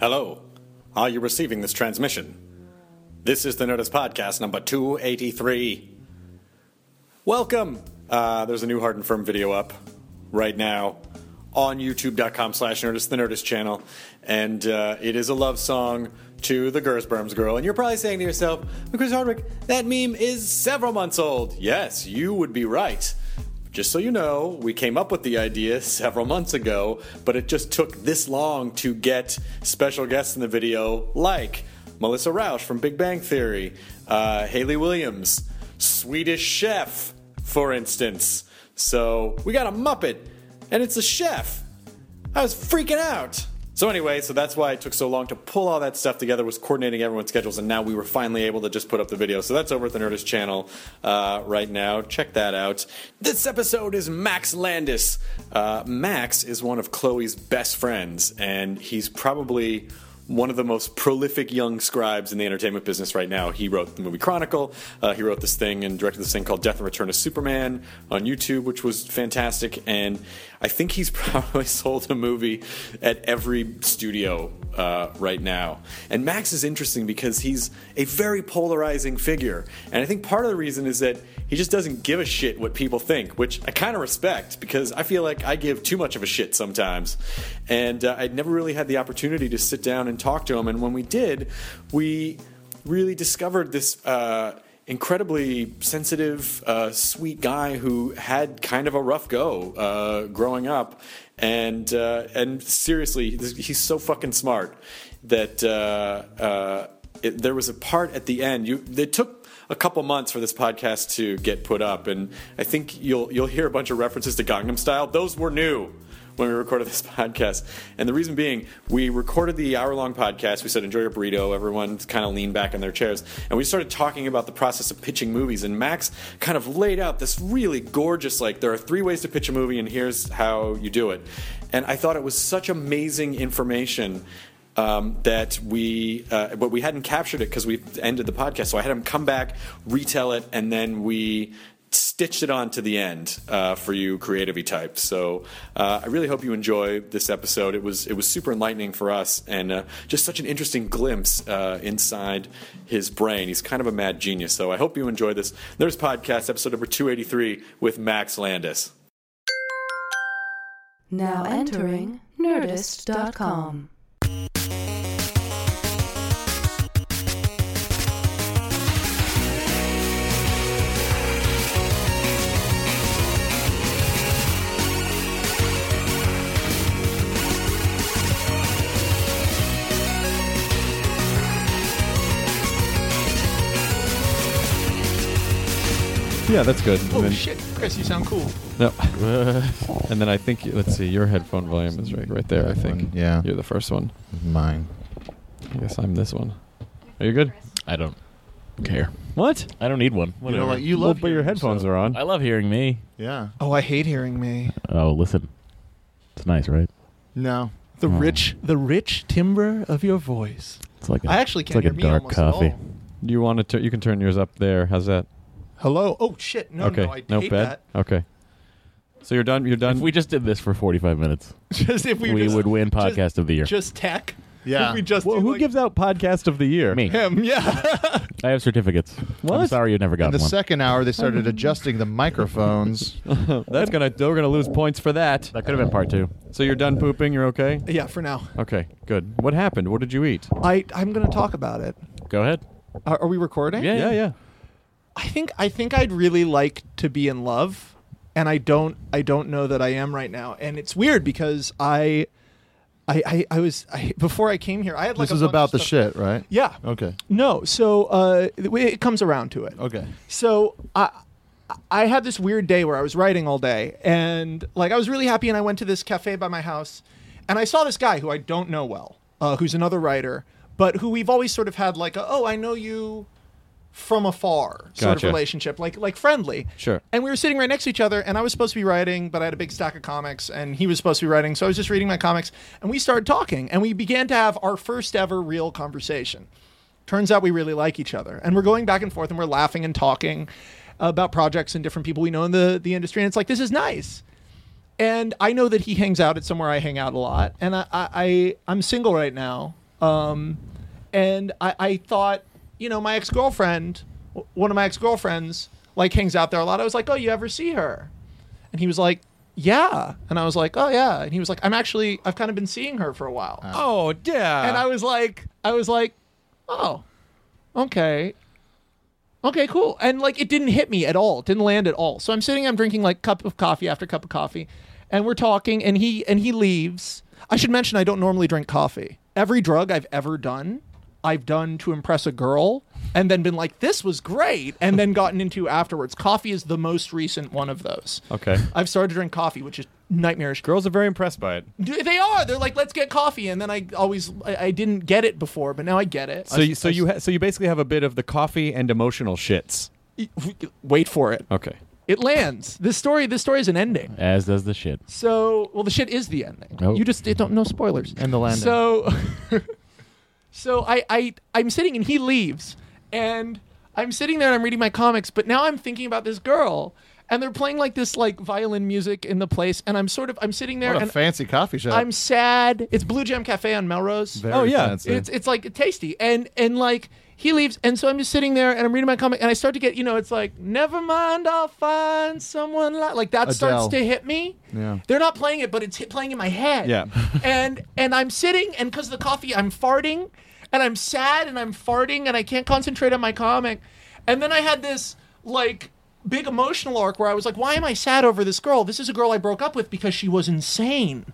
Hello. Are you receiving this transmission? This is the Notice Podcast number 283. Welcome. Uh, there's a new Hard and Firm video up right now on youtube.com slash Nerdist, the Nerdist channel. And uh, it is a love song to the Gersberms girl. And you're probably saying to yourself, Chris Hardwick, that meme is several months old. Yes, you would be right. Just so you know, we came up with the idea several months ago, but it just took this long to get special guests in the video, like Melissa Rausch from Big Bang Theory, uh, Haley Williams, Swedish Chef, for instance. So we got a Muppet, and it's a chef. I was freaking out. So anyway, so that's why it took so long to pull all that stuff together was coordinating everyone's schedules, and now we were finally able to just put up the video. So that's over at the Nerdist channel uh, right now. Check that out. This episode is Max Landis. Uh, Max is one of Chloe's best friends, and he's probably one of the most prolific young scribes in the entertainment business right now. He wrote the movie Chronicle. Uh, he wrote this thing and directed this thing called Death and Return of Superman on YouTube, which was fantastic. And I think he's probably sold a movie at every studio uh, right now. And Max is interesting because he's a very polarizing figure. And I think part of the reason is that he just doesn't give a shit what people think, which I kind of respect because I feel like I give too much of a shit sometimes. And uh, I'd never really had the opportunity to sit down and and talk to him. And when we did, we really discovered this uh, incredibly sensitive, uh, sweet guy who had kind of a rough go uh, growing up. And uh, and seriously, he's so fucking smart that uh, it, there was a part at the end. You it took a couple months for this podcast to get put up, and I think you'll you'll hear a bunch of references to Gangnam Style. Those were new when we recorded this podcast, and the reason being, we recorded the hour long podcast. We said enjoy your burrito. Everyone kind of leaned back in their chairs, and we started talking about the process of pitching movies. And Max kind of laid out this really gorgeous like there are three ways to pitch a movie, and here's how you do it. And I thought it was such amazing information. Um, that we uh, but we hadn't captured it because we ended the podcast. So I had him come back, retell it, and then we stitched it on to the end uh, for you creative types. So uh, I really hope you enjoy this episode. It was it was super enlightening for us and uh, just such an interesting glimpse uh, inside his brain. He's kind of a mad genius. So I hope you enjoy this. There's podcast episode number 283 with Max Landis. Now entering nerdist.com. Yeah, that's good. Oh and then, shit, Chris, you sound cool. No. and then I think let's see, your headphone volume is right right there. I That think. one, yeah. You're the first one. Mine. I guess I'm this one. Are you good? I don't care. What? I don't need one. You Whatever. know what? You Well, love but your hearing headphones yourself. are on. I love hearing me. Yeah. Oh, I hate hearing me. Oh, listen. It's nice, right? No. The Oh. rich the rich timbre of your voice. It's like a, I actually can't it's hear like a me dark almost coffee. At all. You want to? Tur- you can turn yours up there. How's that? Hello. Oh shit. No, okay. no, I no hate bad. that. Okay. So you're done. You're done. If we just did this for 45 minutes, Just if we, we just, would win podcast of the year. Just tech. Yeah. we just Well, do, who like- gives out podcast of the year? Me. Him, yeah. I have certificates. I'm What? sorry you never got In the one. second hour, they started adjusting the microphones. That's gonna we're gonna lose points for that. that could have been part two. So you're done pooping. You're okay. yeah, for now. Okay, good. What happened? What did you eat? I I'm going to talk about it. Go ahead. Are, are we recording? Yeah, yeah, yeah. I think I think I'd really like to be in love, and I don't I don't know that I am right now, and it's weird because I, I I, I was I, before I came here I had like this a is bunch about of the stuff- shit, right? Yeah. Okay. No. So uh, it, it comes around to it. Okay. So I I had this weird day where I was writing all day and like I was really happy and I went to this cafe by my house and I saw this guy who I don't know well, uh, who's another writer, but who we've always sort of had like a, oh, I know you from afar sort of Gotcha. relationship, like like friendly. Sure. And we were sitting right next to each other and I was supposed to be writing, but I had a big stack of comics and he was supposed to be writing, so I was just reading my comics and we started talking and we began to have our first ever real conversation. Turns out we really like each other, and we're going back and forth, and we're laughing and talking about projects and different people we know in the the industry. And it's like this is nice. And I know that he hangs out at somewhere I hang out a lot, and I I, I I'm single right now. Um, and I I thought you know my ex girlfriend, one of my ex girlfriends, like hangs out there a lot. I was like, oh, you ever see her? And he was like, yeah. And I was like, oh yeah. And he was like, I'm actually I've kind of been seeing her for a while Oh yeah. and I was like, I was like, oh, okay, okay, cool. And like, it didn't hit me at all. It didn't land at all. So I'm sitting, I'm drinking like cup of coffee after cup of coffee, and we're talking, and he and he leaves. I should mention I don't normally drink coffee. Every drug I've ever done, I've done to impress a girl, and then been like, this was great, and then gotten into afterwards. Coffee is the most recent one of those. okay. I've started to drink coffee, which is nightmarish. Girls are very impressed by it. Do- They are. They're like, let's get coffee, and then I always I, I didn't get it before, but now I get it. So you, so you ha- so you basically have a bit of the coffee and emotional shits. wait for it. Okay. It lands. This story. This story is an ending. As does the shit. So well, the shit is the ending. Oh. You just it don't no spoilers. And the landing. So, so I I I'm sitting and he leaves, and I'm sitting there and I'm reading my comics, but now I'm thinking about this girl. And they're playing like this, like violin music in the place, and I'm sort of I'm sitting there what a and fancy coffee shop. I'm sad. It's Blue Jam Cafe on Melrose. Very Oh, yeah. fancy. it's it's like tasty and and like he leaves and so i'm just sitting there and i'm reading my comic and i start to get you know it's like never mind i'll find someone li-. like that starts Adele. to hit me Yeah. they're not playing it but it's hit playing in my head Yeah. and and i'm sitting and because of the coffee i'm farting and i'm sad and i'm farting and i can't concentrate on my comic and then i had this like big emotional arc where i was like why am i sad over this girl this is a girl i broke up with because she was insane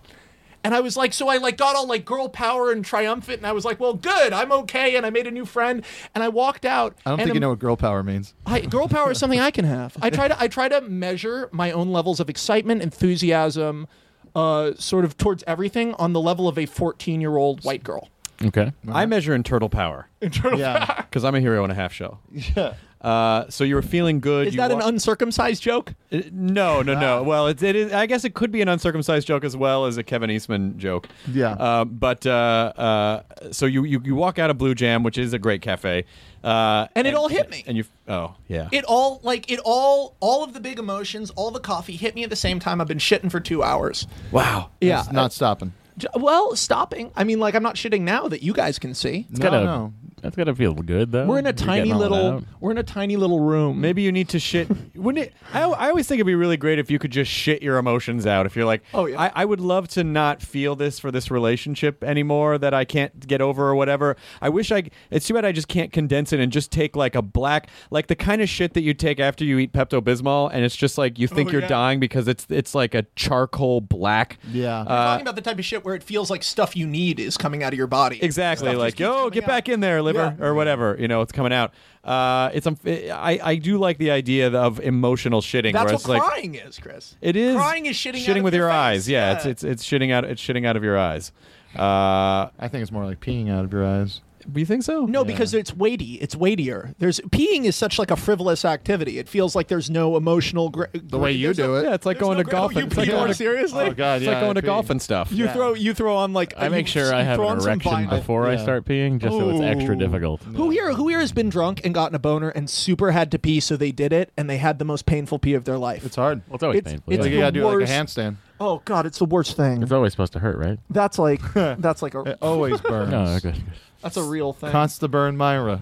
and I was like, so I like got all like girl power and triumphant, and I was like, well, good, I'm okay, and I made a new friend, and I walked out. I don't and think you I'm- know what girl power means. I, girl power is something I can have. I try to I try to measure my own levels of excitement, enthusiasm, uh, sort of towards everything on the level of a 14 year old white girl. Okay. I measure in turtle power Yeah. because I'm a hero and a half shell. Yeah. Uh, so you were feeling good. Is you that wa- an uncircumcised joke? Uh, No, no, no. Well, it, it is. I guess it could be an uncircumcised joke as well as a Kevin Eastman joke. Yeah. Uh, but uh, uh, so you, you you walk out of Blue Jam, which is a great cafe, uh, And it all hit me. And you oh yeah. It all like it all all of the big emotions, all the coffee hit me at the same time. I've been shitting for two hours. wow. Yeah. It's not stopping. J- Well, stopping. I mean, like I'm not shitting now that you guys can see. It's gotta, no, no. That's gotta feel good though. We're in a You're tiny getting all little that out. we're in a tiny little room. Maybe you need to shit. Wouldn't it? I, I always think it'd be really great if you could just shit your emotions out. If you're like, Oh, yeah. I, I would love to not feel this for this relationship anymore that I can't get over or whatever. I wish I. It's too bad I just can't condense it and just take like a black, like the kind of shit that you take after you eat Pepto Bismol, and it's just like you think Oh, you're yeah. dying because it's it's like a charcoal black. uh, Yeah. We're talking about the type of shit where it feels like stuff you need is coming out of your body. Exactly, Stuff just like keeps yo, coming get out. back in there, liver, Yeah. or whatever. You know, it's coming out. Uh, it's um, I I do like the idea of emotional shitting. That's where what it's like, crying is, Chris. It is Crying is shitting. out shitting of with your, face. eyes. Yeah, it's it's it's shitting out. It's shitting out of your eyes. Uh, I think it's more like peeing out of your eyes. You think so? No, because it's weighty. It's weightier. There's peeing is such like a frivolous activity. It feels like there's no emotional. Gra- The way you do it. Yeah, it's like going to golf. You and- it's like pee going more to- seriously. Oh God, It's yeah. like going to I pee. golf and stuff. You throw you throw on like I uh, make you- sure I you have throw an on some erection vinyl. before I Yeah. start peeing, just so it's extra Ooh. difficult. Who here who here has been drunk and gotten a boner and super had to pee, so they did it and they had the most painful pee of their life. It's hard. Well, it's always It's- painful. it's yeah. like It's, you gotta do like worst. a handstand. oh god, it's the worst thing. always supposed to hurt, right? That's like that's like It a always burns. No, okay. that's a real thing. Consta burn, Myra.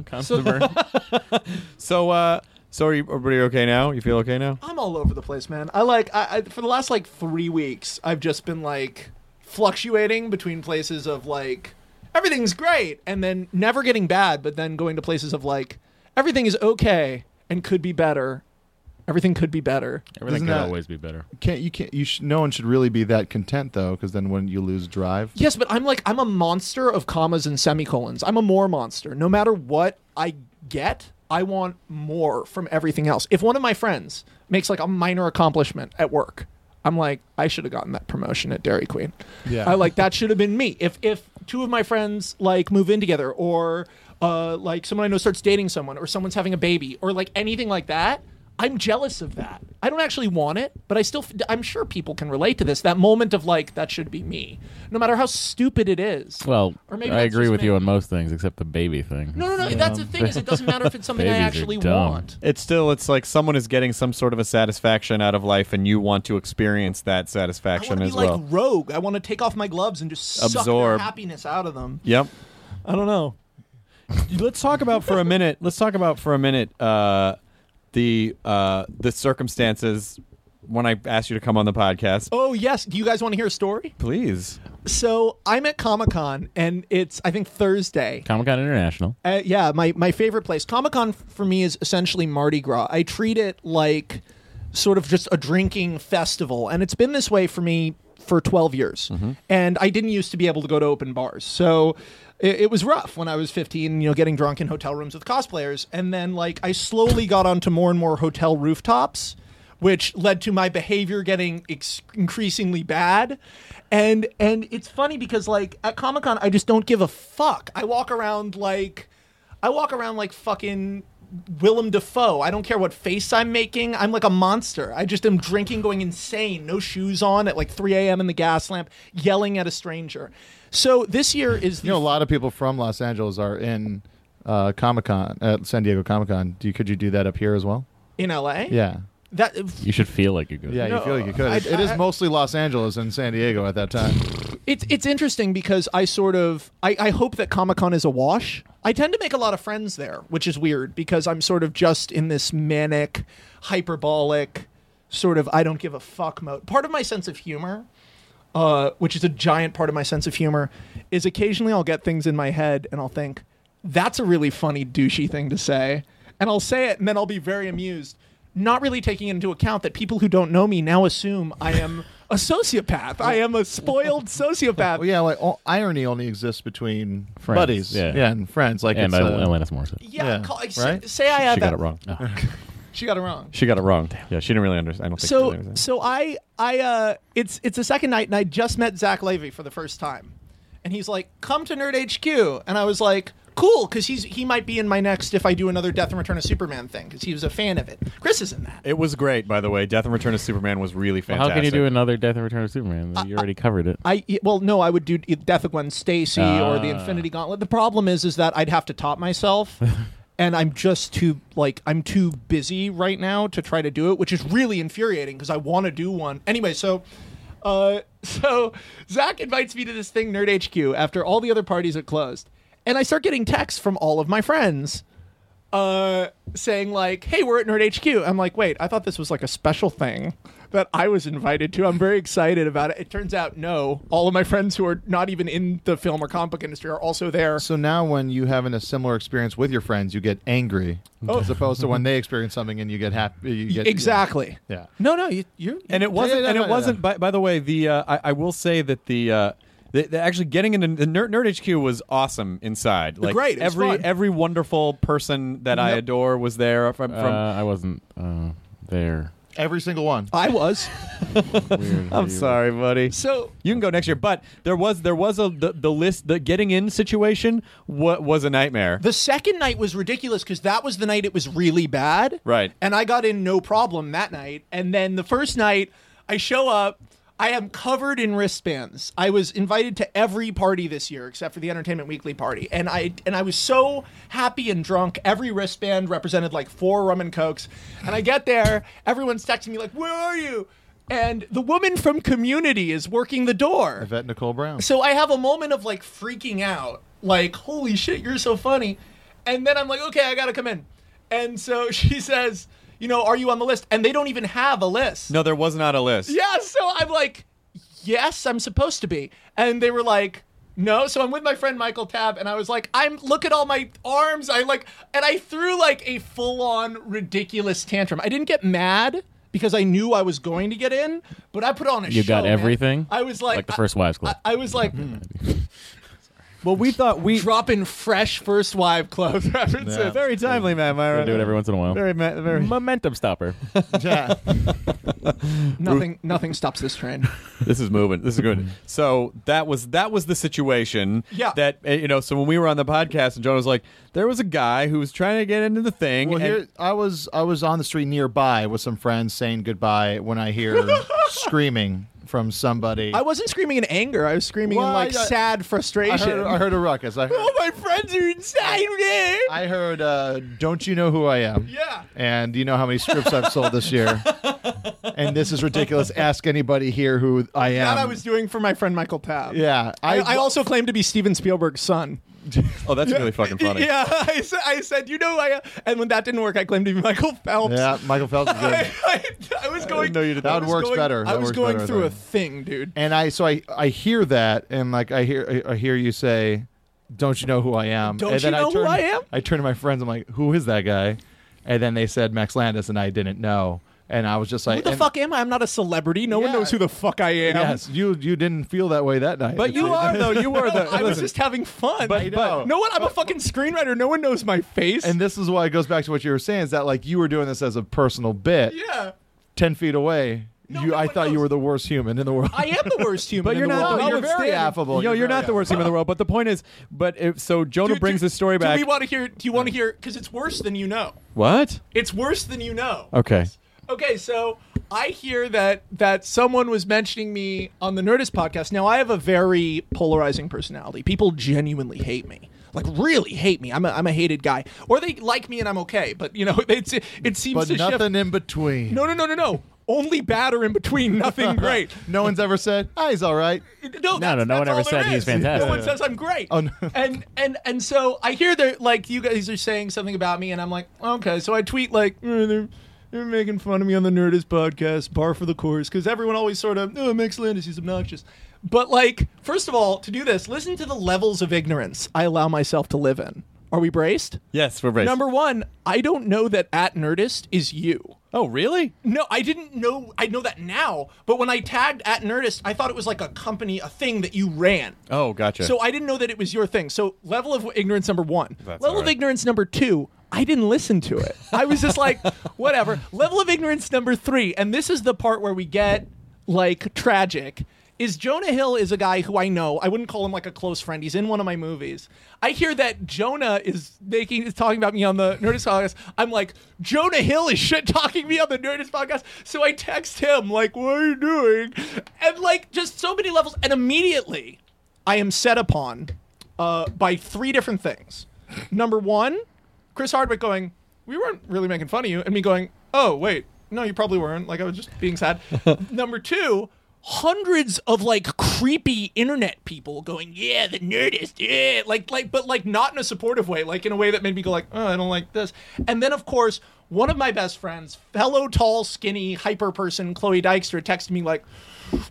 So, uh, so are you, everybody okay now? You feel okay now? I'm all over the place, man. I like I, I for the last like three weeks, I've just been like fluctuating between places of like everything's great and then never getting bad, but then going to places of like everything is okay and could be better. Everything could be better. Everything Isn't could that- always be better. Can't you can't you? Sh- no one should really be that content though, because then when you lose drive, Yes, but I'm like I'm a monster of commas and semicolons. I'm a more monster. No matter what I get, I want more from everything else. If one of my friends makes like a minor accomplishment at work, I'm like I should have gotten that promotion at Dairy Queen. Yeah. I like that should have been me. If if two of my friends like move in together or uh like someone I know starts dating someone or someone's having a baby or like anything like that, I'm jealous of that. I don't actually want it, but I still, f- I'm sure people can relate to this. That moment of like, that should be me, no matter how stupid it is. Well, Or maybe I that's agree just with me. you on most things except the baby thing. no, no, no. That's the thing is, it doesn't matter if it's something I Babies are actually dumb. want. It's still, it's like someone is getting some sort of a satisfaction out of life, and you want to experience that I want satisfaction to be as well. like Rogue. I want to take off my gloves and just suck their Absorb. happiness out of them. yep. I don't know. Let's talk about for a minute. Let's talk about for a minute uh, the uh, the circumstances when I asked you to come on the podcast. Oh yes, do you guys want to hear a story? Please. So I'm at Comic Con, and it's I think Thursday. Comic Con International. Uh, yeah, my my favorite place. Comic Con for me is essentially Mardi Gras. I treat it like sort of just a drinking festival, and it's been this way for me for 12 years. And I didn't used to be able to go to open bars, so it, it was rough when I was 15. You know, getting drunk in hotel rooms with cosplayers, and then like I slowly got onto more and more hotel rooftops which led to my behavior getting ex- increasingly bad. And and it's funny because like at Comic Con, I just don't give a fuck. I walk around like I walk around like fucking Willem Dafoe. I don't care what face I'm making. I'm like a monster. I just am drinking, going insane, no shoes on at like 3 a.m. in the gas lamp, yelling at a stranger. So this year is the you know a lot of people from Los Angeles are in uh, Comic Con at San Diego Comic Con. Do you, could you do that up here as well? in LA. Yeah. That You should feel like you're good. Yeah, you feel like you could. I- It- it is I- mostly Los Angeles and San Diego at that time. It's it's interesting because I sort of I, I hope that Comic Con is a wash. I tend to make a lot of friends there, which is weird because I'm sort of just in this manic, hyperbolic, sort of I don't give a fuck mode. Part of my sense of humor, uh, which is a giant part of my sense of humor, is occasionally I'll get things in my head and I'll think, that's a really funny douchey thing to say. And I'll say it and then I'll be very amused. Not really taking into account that people who don't know me now assume I am a sociopath. I am a spoiled sociopath. Well, yeah, like all, irony only exists between Friends, buddies, yeah. and friends. Like And it's, by uh, Alanis Morissette. Yeah, Yeah, call, say, right? say I have She that. got it wrong. Oh. She got it wrong. She got it wrong. Yeah, she didn't really understand. I don't think she really So understood. so I I uh it's it's the second night and I just met Zach Levy for the first time, and he's like, "Come to Nerd HQ," and I was like, "Cool," because he's he might be in my next if I do another Death and Return of Superman thing because he was a fan of it. Chris is in that. It was great, by the way. Death and Return of Superman was really fantastic. How can you do another Death and Return of Superman? You already covered it. I e, well no I would do Death of Gwen Stacy or the Ah. Infinity Gauntlet. The problem is is that I'd have to top myself. And I'm just too like I'm too busy right now to try to do it, which is really infuriating because I want to do one anyway. So, uh, so Zach invites me to this thing, Nerd HQ, after all the other parties are closed, and I start getting texts from all of my friends, uh, saying like, "Hey, we're at Nerd HQ." I'm like, "Wait, I thought this was like a special thing that I was invited to. I'm very excited about it." It turns out, no, all of my friends who are not even in the film or comic book industry are also there. So now, when you having a similar experience with your friends, you get angry, as opposed to when they experience something and you get happy. You get Oh. exactly. Yeah. No, no, you, you and it wasn't. yeah, and no, it no, wasn't. By, by the way, the uh, I, I will say that the. Uh, the, the- actually, getting into the nerd, nerd HQ was awesome inside. Like Great, it was every fun. every wonderful person that I adore was there. From, from Uh, I wasn't uh, there. Every single one. I was. I'm sorry, buddy. So You can go next year, but there was there was a the, the list the getting in situation what was a nightmare. the second night was ridiculous because that was the night it was really bad. Right. And I got in no problem that night. And then the first night, I show up. I am covered in wristbands. I was invited to every party this year except for the Entertainment Weekly party. And I and I was so happy and drunk. Every wristband represented like four rum and cokes. And I get there, everyone's texting me like, "Where are you?" And the woman from Community is working the door. Yvette Nicole Brown. So I have a moment of like freaking out, like, holy shit, you're so funny. And then I'm like, okay, I gotta come in. And so she says, you know, are you on the list? And they don't even have a list. No, there was not a list. Yeah, so I'm like, yes, I'm supposed to be. And they were like, no. So I'm with my friend Michael Tab, and I was like, I'm look at all my arms. I like, and I threw like a full on ridiculous tantrum. I didn't get mad because I knew I was going to get in, but I put on a You got show, man. everything? I was like, Like the first Wives Club. I, I was like, Well, we thought we dropping fresh first wife club references. very timely, man. Myra. do it every once in a while. Very, ma- very. Momentum stopper. Yeah. Nothing, nothing stops this train. this is moving. This is good. So that was that was the situation. Yeah. That uh, you know. So when we were on the podcast, and John was like, there was a guy who was trying to get into the thing. Well, and- here I was. I was on the street nearby with some friends saying goodbye when I hear screaming from somebody. I wasn't screaming in anger. I was screaming Well, in like I- I- sad I frustration. heard, I heard a ruckus. I heard, All my friends are inside there. I heard uh, "Don't you know who I am?" Yeah. And you know how many strips I've sold this year. And this is ridiculous. Ask anybody here who I am. that I was doing for my friend Michael Tab. yeah. I, I also claim to be Steven Spielberg's son. oh, that's really fucking funny. Yeah, I said, I said, you know, I. uh," And when that didn't work, I claimed to be Michael Phelps. Yeah. Michael Phelps. is I, Good. I, I was going. know you did I that. was That works going- better. I That was works going better, through though. a thing, dude. and I so I I hear that and like I hear I I hear you say, "Don't you know who I am?" Don't and then you I know who turn, I am? I turn to my friends. I'm like, "Who is that guy?" And then they said Max Landis, and I didn't know. And I was just like, Who the and- fuck am I? I'm not a celebrity. No one Yeah. knows who the fuck I am. Yes, you you didn't feel that way that night. But It's you like- are though. You were the. I was listen, just having fun. But- but- no one. I'm a fucking screenwriter. No one knows my face. And this is why it goes back to what you were saying is that like you were doing this as a personal bit, yeah, ten feet away. No, you, no I one thought you knows. were the worst human in the world. I am the worst human. But in you're the not. world. world. the, You're very notwithstanding- affable. Yo, You're you're, very not the worst human in the world. But the point is, but if so, Jonah Do- brings do- the story back. Do we want to hear? Do you want to hear? Because it's worse than you know. what? It's worse than you know. Okay. Okay, so I hear that that someone was mentioning me on the Nerdist podcast. Now I have a very polarizing personality. People genuinely hate me. Like really hate me. I'm a, I'm a hated guy. Or they like me and I'm okay, but you know, it's it seems but to shift. nothing in between. No, no, no, no, no. Only bad or in between, nothing great. No one's ever said, "Ah, he's all right." No, No, no, that's- no one that's ever all there said he's is. fantastic. No one says I'm great. Oh, no. And and and so I hear that like you guys are saying something about me, and I'm like, okay. So I tweet like "Mm, they're, they're making fun of me on the Nerdist podcast, par for the course, because everyone always sort of oh Max Landis, he's obnoxious. But like, first of all, to do this, listen to the levels of ignorance I allow myself to live in. Are we braced? Yes, we're braced. Number one, I don't know that at Nerdist is you. Oh, really? No, I didn't know. I know that now, but when I tagged at Nerdist, I thought it was like a company, a thing that you ran. Oh, gotcha. So I didn't know that it was your thing. So level of ignorance number one. That's level all of right. ignorance number two. I didn't listen to it. I was just like, whatever. Level of ignorance number three, and this is the part where we get like tragic. Is Jonah Hill is a guy who I know. I wouldn't call him like a close friend. He's in one of my movies. I hear that Jonah is making is talking about me on the Nerdist podcast. I'm like, Jonah Hill is shit talking me on the Nerdist podcast. So I text him like, "What are you doing?" And like, just so many levels. And immediately, I am set upon uh, by three different things. Number one, Chris Hardwick going, "We weren't really making fun of you," and me going, "Oh wait, no, you probably weren't. Like I was just being sad." Number two, hundreds of like creepy internet people going, "Yeah, the Nerdist, yeah," like like, but like not in a supportive way, like in a way that made me go like, "Oh, I don't like this." And then of course. One of my best friends, fellow tall, skinny, hyper person, Chloe Dykstra, texted me like,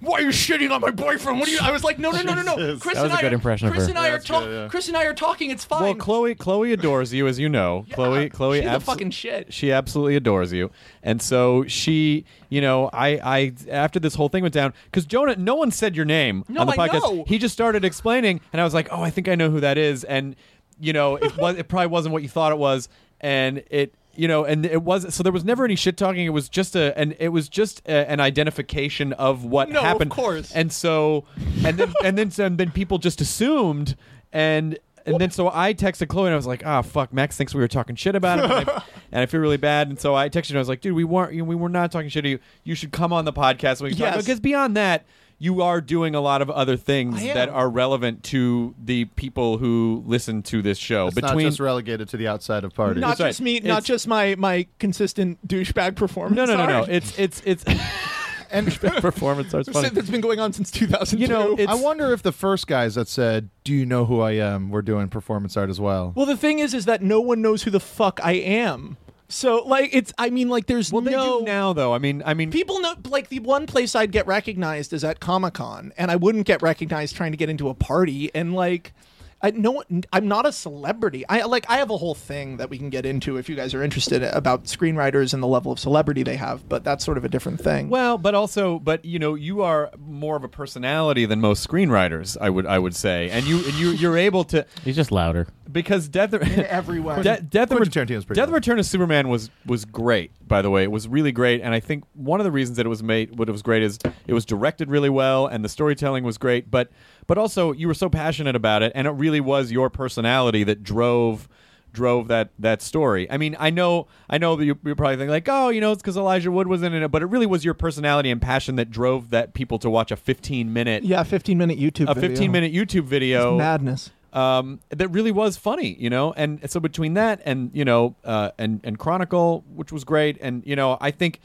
"Why are you shitting on my boyfriend? What are you?" I was like, "No, no, no, no, no." Chris That was and a I good are, impression of Chris her. and I are talking. Chris and I are talking. It's fine. uh, Well, Chloe, Chloe adores you, as you know. Chloe, Chloe, she's a abso- fucking shit. She absolutely adores you, and so she, you know, I, I, after this whole thing went down, because Jonah, no one said your name No, on the I podcast. know. He just started explaining, and I was like, oh, I think I know who that is, and you know, it was, it probably wasn't what you thought it was, and it. you know, and it was so there was never any shit talking. It was just a and it was just a, an identification of what No, of happened. course. And so, and then and then and then people just assumed and. And then so I texted Chloe and I was like, "Ah, fuck, Max thinks we were talking shit about him," and I, and I feel really bad. And so I texted her and I was like, "Dude, we weren't, you know, we were not talking shit to you. You should come on the podcast when we Yes. because beyond that, you are doing a lot of other things I am. that are relevant to the people who listen to this show. It's Between not just relegated to the outside of parties. Not right. just me, It's- not just my my consistent douchebag performance. no, no, no, no. Sorry. It's it's it's and performance arts funny. that's been going on since 2002. You know, it's- I wonder if the first guys that said, "Do you know who I am?" were doing performance art as well. well, the thing is, is that no one knows who the fuck I am. So, like, it's. I mean, like, there's Well, they no do now, though. I mean, I mean, people know. Like, the one place I'd get recognized is at Comic Con, and I wouldn't get recognized trying to get into a party. And like, I no, I'm not a celebrity. I like, I have a whole thing that we can get into if you guys are interested about screenwriters and the level of celebrity they have. But that's sort of a different thing. Mm-hmm. well, but also, but you know, you are more of a personality than most screenwriters. I would I would say, and you and you you're able to He's just louder. because death. in every way. De- Death, of Quentin Tarantino's pretty Death good. Return of Superman was was great. By the way, it was really great, and I think one of the reasons that it was made, what it was great, is it was directed really well, and the storytelling was great. But but also you were so passionate about it, and it really was your personality that drove drove that that story. I mean, I know I know that you, you're probably thinking like, oh, you know, it's because Elijah Wood was in it, but it really was your personality and passion that drove that people to watch a 15 minute yeah, 15 minute YouTube. a video. 15 minute YouTube video madness. um, that really was funny, you know. And so between that and you know, uh, and and Chronicle, which was great, and you know, I think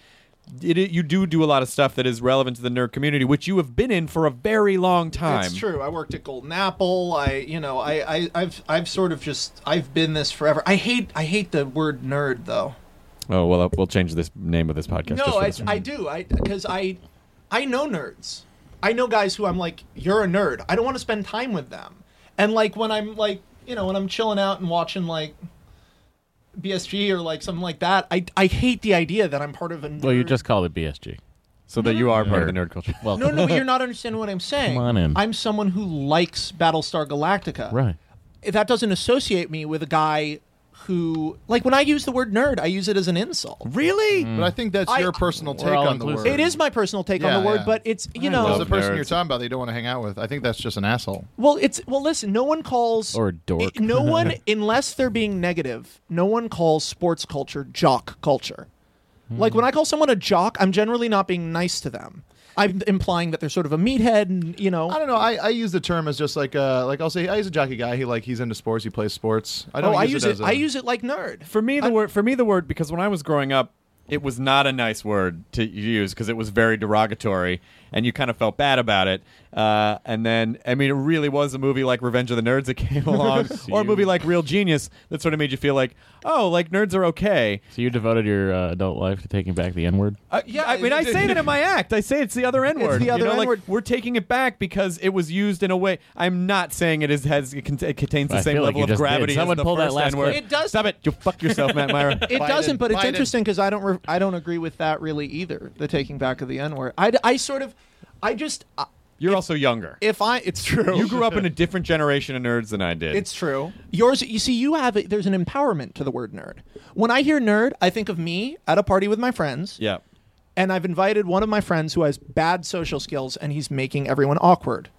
it, it- you do do a lot of stuff that is relevant to the nerd community, which you have been in for a very long time. It's true. I worked at Golden Apple. I, you know, I, I, I've, I've sort of just, I've been this forever. I hate, I hate the word nerd though. Oh well, uh, we'll change this name of this podcast. just no, for I, this one. I do. I, because I, I know nerds. I know guys who I'm like, you're a nerd. I don't want to spend time with them. And like when I'm like, you know, when I'm chilling out and watching like. BSG or like something like that. I, I hate the idea that I'm part of a. Nerd. Well, you just call it BSG. so that you are part of the nerd culture. Well, No, no, you're not understanding what I'm saying. Come on in. I'm someone who likes Battlestar Galactica. right. that doesn't associate me with a guy who like when I use the word nerd, I use it as an insult. really? but I think that's I- your personal take all on the word. inclusive. It is my personal take Yeah, on the word, yeah. but it's you As know, the Love person you're nerds. talking about that you don't want to hang out with, I think that's just an asshole. well, it's well. Listen, no one calls Or a dork. it- no one, unless they're being negative, no one calls sports culture jock culture. Like when I call someone a jock, I'm generally not being nice to them. I'm implying that they're sort of a meathead, and you know. I don't know. I, I use the term as just like uh like I'll say I use a jockey guy. He like he's into sports. He plays sports. I don't oh, I use, use it. it. as a- I use it like nerd. For me, the word for me the word because when I was growing up, it was not a nice word to use because it was very derogatory, and you kind of felt bad about it. Uh, and then, I mean, it really was a movie like Revenge of the Nerds that came along, or a movie like Real Genius that sort of made you feel like, oh, like nerds are okay. So you devoted your uh, adult life to taking back the N word? Uh, I, yeah, I mean, I say that in my act. I say it's the other N word. the you other know, N-word. Like, we're taking it back because it was used in a way. I'm not saying it is has it, con- it contains the I same feel like level you of just did. gravity. as Someone the pull that first last N-word. clip. It does- Stop it. You fuck yourself, Matt Myra. It Biden. doesn't, but it's Biden. interesting because I don't re- I don't agree with that really either. The taking back of the N word. I, I sort of, I just I- You're also younger. if I it's true. You grew up in a different generation of nerds than I did. It's true. Yours, you see, you have a, there's an empowerment to the word nerd. When I hear nerd, I think of me at a party with my friends, yeah. and I've invited one of my friends who has bad social skills, and he's making everyone awkward.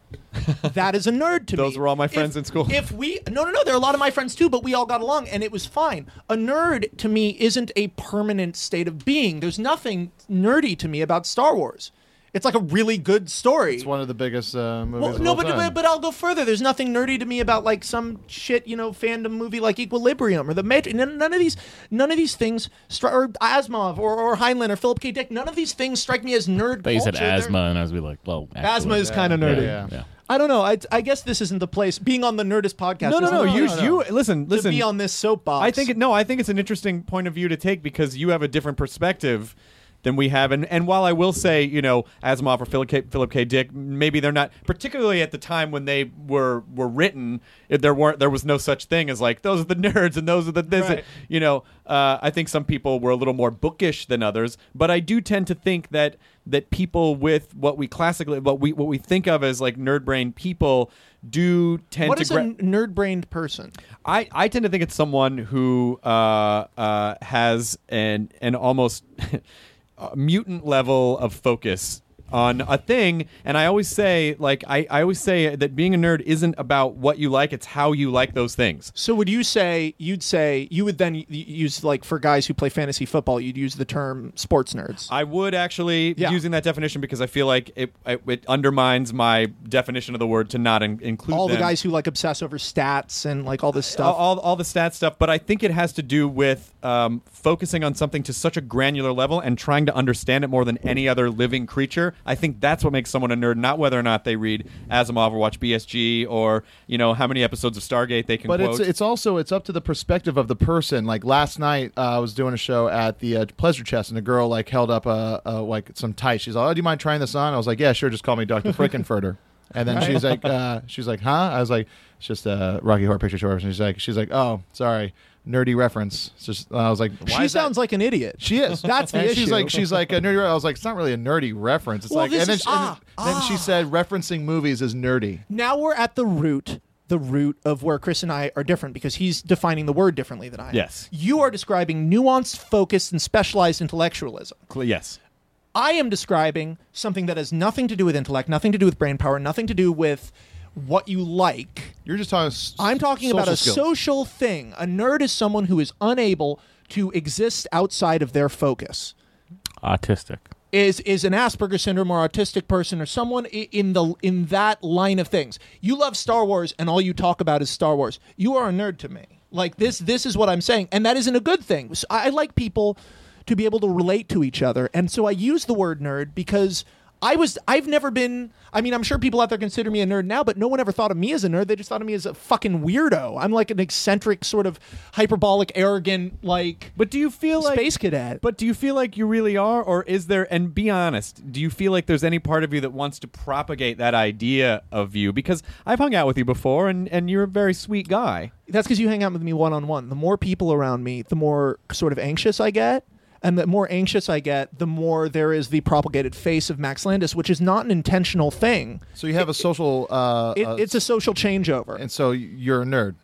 that is a nerd to me. Those were all my friends If- in school. If we no no no, there are a lot of my friends too, but we all got along and it was fine. A nerd to me isn't a permanent state of being. There's nothing nerdy to me about Star Wars. It's like a really good story. It's one of the biggest uh, movies. Well, of no, all but, time. but but I'll go further. There's nothing nerdy to me about like some shit, you know, fandom movie like Equilibrium or The Matrix. None, none of these, none of these things, stri- or Asimov or, or Heinlein or Philip K. Dick. None of these things strike me as nerd. But you said culture. They're- asthma, and I was be like, well, actually, Asthma is kind of yeah, nerdy. Yeah. yeah. I don't know. I, I guess this isn't the place. Being on the Nerdist podcast. No, no, is no. not You, to you listen, listen. be on this soapbox. I think it, no. I think it's an interesting point of view to take because you have a different perspective than we have. And and while I will say, you know, Asimov or Philip K, Philip K. Dick, maybe they're not particularly at the time when they were were written. If there weren't, there was no such thing as like those are the nerds and those are the this. Right. You know, uh, I think some people were a little more bookish than others, but I do tend to think that that people with what we classically what we what we think of as like nerd brain people do tend What to is gra- a nerd brained person? I, I tend to think it's someone who uh, uh, has an an almost a mutant level of focus on a thing and i always say like I, I always say that being a nerd isn't about what you like it's how you like those things So would you say you'd say you would then y- use like for guys who play fantasy football, you'd use the term sports nerds. i would actually Yeah. using that definition because i feel like it, it, it undermines my definition of the word to not in- include all the them. guys who like obsess over stats and like all this all, stuff. all, all the stat stuff, but I think it has to do with um, focusing on something to such a granular level and trying to understand it more than any other living creature. I think that's what makes someone a nerd, not whether or not they read Asimov or watch BSG or you know how many episodes of Stargate they can But quote. it's it's also it's up to the perspective of the person. Like last night, uh, I was doing a show at the uh, Pleasure Chest, and a girl like held up a, a like some tie. She's like, "Oh, do you mind trying this on?" I was like, "Yeah, sure. Just call me Doctor Frickenfurter." And then she's like, uh, "She's like, huh?" I was like, "It's just a Rocky Horror Picture Show." reference." And she's like, "She's like, oh, sorry, nerdy reference." It's just I was like, "Why she is that- sounds like an idiot. She is. That's the and issue. She's like, she's like a nerdy. re-" I was like, it's not really a nerdy reference. It's Well, like, this and then, is- she- and then- ah, then she said, referencing movies is nerdy. now we're at the root the root of where Chris and I are different because he's defining the word differently than I am. Yes. You are describing nuanced, focused, and specialized intellectualism. Cl- yes. I am describing something that has nothing to do with intellect, nothing to do with brain power, nothing to do with what you like. You're just talking. s- I'm talking about social a skills. social thing. A nerd is someone who is unable to exist outside of their focus. Autistic. Is is an Asperger syndrome or autistic person or someone i- in the in that line of things. You love Star Wars and all you talk about is Star Wars. You are a nerd to me. Like this this is what I'm saying and that isn't a good thing. So I I like people to be able to relate to each other. And so I use the word nerd because I was I've never been I mean I'm sure people out there consider me a nerd now but no one ever thought of me as a nerd they just thought of me as a fucking weirdo I'm like an eccentric sort of hyperbolic arrogant like But do you feel like space cadet But do you feel like you really are, or is there? And be honest, do you feel like there's any part of you that wants to propagate that idea of you? Because I've hung out with you before, and and you're a very sweet guy. that's because you hang out with me one on one. The more people around me, the more sort of anxious I get. And the more anxious I get, the more there is the propagated face of Max Landis, which is not an intentional thing. So you have a social. Uh, It, uh, it's a social changeover. and so you're a nerd,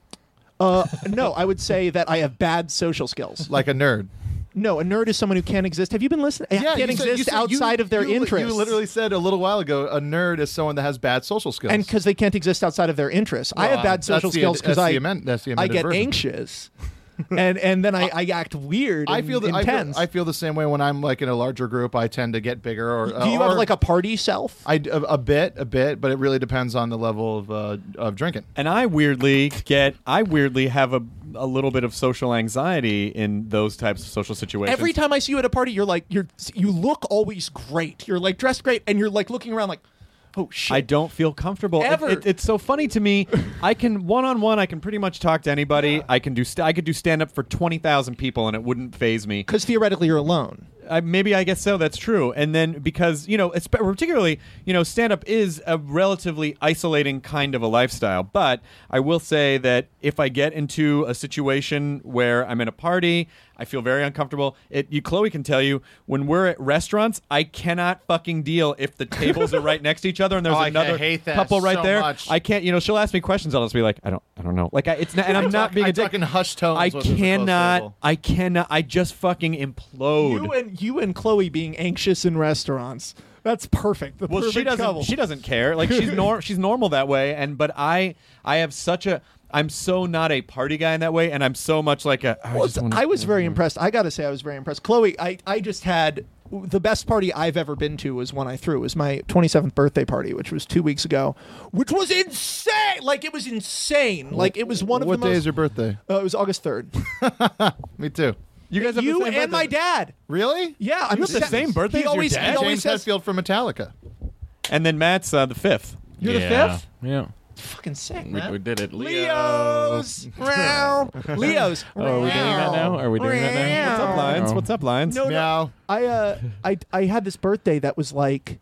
Uh, no, I would say that I have bad social skills. like a nerd. No, a nerd is someone who can't exist. Have you been listening? you can't said- you exist said- you- outside of their you li- interests. You literally said a little while ago, a nerd is someone that has bad social skills. and because they can't exist outside of their interests. I Well, have bad that's social the- skills because that's I the amend- that's the I amended get version. anxious, and and then I, I act weird. I and feel that I feel, intense. I feel the same way when I'm like in a larger group. I tend to get bigger, or Do you or, have like a party self? I d- a- a bit, a bit, but it really depends on the level of uh, of drinking. and I weirdly get I weirdly have a a little bit of social anxiety in those types of social situations. Every time I see you at a party, you're like you're you look always great. You're like dressed great, and you're like looking around like, oh shit. I don't feel comfortable. It- Ever. it- it's so funny to me. I can one on one. I can pretty much talk to anybody. I can do. St- I could do stand up for twenty thousand people, and it wouldn't phase me. because theoretically you're alone. I, maybe I guess so. That's true. And then because you know, it's particularly you know, stand up is a relatively isolating kind of a lifestyle. But I will say that if I get into a situation where I'm in a party, I feel very uncomfortable. It, you, Chloe, can tell you when we're at restaurants, I cannot fucking deal if the tables are right next to each other and there's Oh, I- I another hate that couple right so there. much. I can't. You know, she'll ask me questions. I'll just be like, I don't, I don't know. Like, I, it's not, and I'm not talk- being I a dick. talk in hushed tones I when there's a close cannot. table. I cannot. I just fucking implode. You and you and Chloe being anxious in restaurants. That's perfect. The well perfect she doesn't couple. she doesn't care like she's nor she's normal that way and but i i have such a i'm so not a party guy in that way and i'm so much like a I Well, just wanna- I was very impressed. I got to say, I was very impressed. Chloe, I, I just had the best party I've ever been to was one I threw. It was my 27th birthday party, which was two weeks ago, which was insane. Like, it was insane. Like, it was one of what the day most. is your birthday? uh, it was August 3rd. Me too. you guys have you the same and my birthday. dad. Really? Yeah, I'm You have the obsessed. same birthday He as your always, dad? He James always says, Hetfield from Metallica. and then matt's uh, the fifth "You're yeah. the fifth. Yeah. fucking sick, We, man. we did it, Leo. Leos, Meow. Leos. Oh, are we doing that now? Are we doing that now? What's up, Lions? Oh. What's up, Lions? No, Meow. I uh I I had this birthday that was like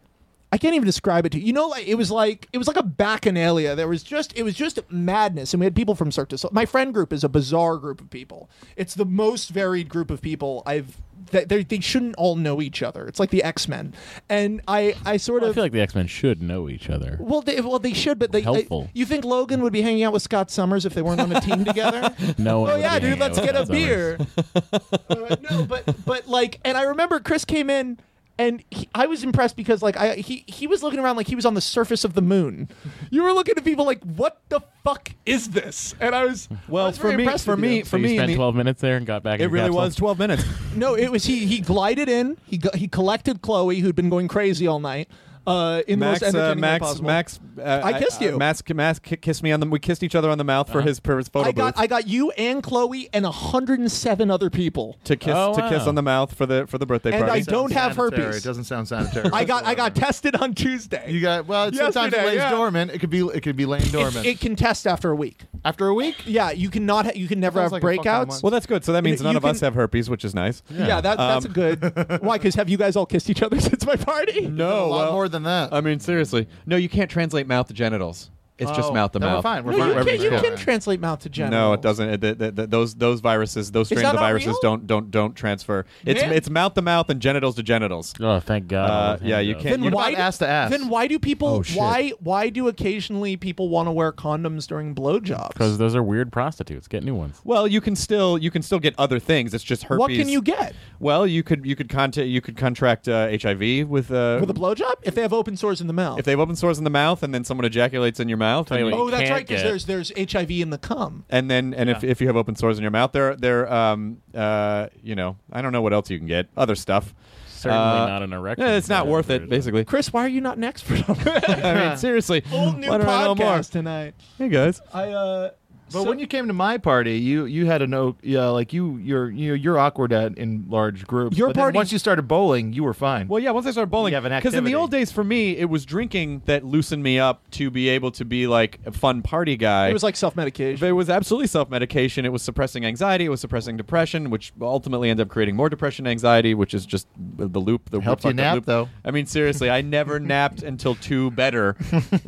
I can't even describe it to you. You know, like it was like it was like a bacchanalia. There was just it was just madness, and we had people from Cirque du Soleil. My friend group is a bizarre group of people. It's the most varied group of people I've. That they, they shouldn't all know each other. It's like the X Men, and I I sort I of feel like the X Men should know each other. well they well they should, but they I- Helpful. you think Logan would be hanging out with Scott Summers if they weren't on a team together? No. one Oh would yeah, be dude, hanging out let's with get a Scott Summers. beer. Uh, no, but but like, and I remember Chris came in, and he, I was impressed because like I he he was looking around like he was on the surface of the moon. You were looking at people like, what the fuck is this? And I was I Well, was for very me, impressed for with you. me, So for you me, in spent the- 12 minutes there and got back. it in the really capsule? was 12 minutes. No, it was he. He glided in. He go, he collected Chloe, who'd been going crazy all night. Uh, in Max, the most uh, entertaining way Max, possible. Max, uh, I kissed you. Uh-huh. Uh, Max, Max ki- kissed me on the. We kissed each other on the mouth for his, for his photo I got booth. I got you and Chloe and 107 other people. to kiss, Oh, to kiss wow. on the mouth for the for the birthday And party. I don't have Sanitary. herpes. It doesn't sound sanitary. I got I got whatsoever. tested on Tuesday. You got well. It sometimes Yesterday, lays yeah. dormant. It could be. It could be laying It- dormant It, can test after a week. after a week. Yeah, you can not. Ha- you can never Sounds have like a full-time breakouts. month. well, that's good. So that means You none of us can- have herpes, which is nice. yeah, that, that's a good. Why? Because have you guys all kissed each other since my party? a No, lot well, more than that. I mean, seriously, no, you can't translate mouth to genitals. It's just Oh, mouth to then we're mouth. fine. We're No, fine. you can, Everything's you cool. can translate mouth to genitals. No, it doesn't. It, th- th- th- those those viruses, those strains that of not viruses, real? don't don't don't transfer. It's Man. it's mouth to mouth and genitals to genitals. Oh, thank God. Uh, yeah, you can't- Then What why about do- ass to ass? Then why do people? Oh, shit. why why do occasionally people want to wear condoms during Because blowjobs? those are weird prostitutes. Get new ones. Well, you can still you can still get other things. It's just herpes. What can you get Well, you could you could contact you could contract uh, HIV with uh, with a blowjob if they have open sores in the mouth? if they have open sores in the mouth and then someone ejaculates in your mouth. Tell you And, what oh, that's can't right. Because get- there's there's HIV in the cum. and then and if, if you have open sores in your mouth, there there um uh you know I don't know what else you can get other stuff. Certainly Uh, not an erection. Yeah, it's not but worth there it, is a- basically. Chris, why are you not an expert on I mean, seriously. old new why don't I know more? podcast tonight? Hey guys. I uh. But so- when you came to my party, you you had a no, yeah, like you you're you you're awkward at in large groups. Your but then party- once you started bowling, you were fine. Well, yeah. Once I started bowling, You have an in the activity. old days for me, it was drinking that loosened me up to be able to be like a fun party guy. It was like self medication. It was absolutely self medication. It was suppressing anxiety. It was suppressing depression, which ultimately ended up creating more depression and anxiety, which is just the loop. The Helped the you nap, loop. though. I mean, seriously, I never napped until two better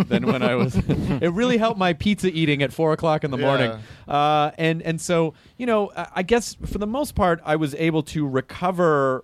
than when I was. it really helped my pizza eating at four o'clock in the Yeah. morning. Uh, and and so you know, I I guess for the most part, I was able to recover a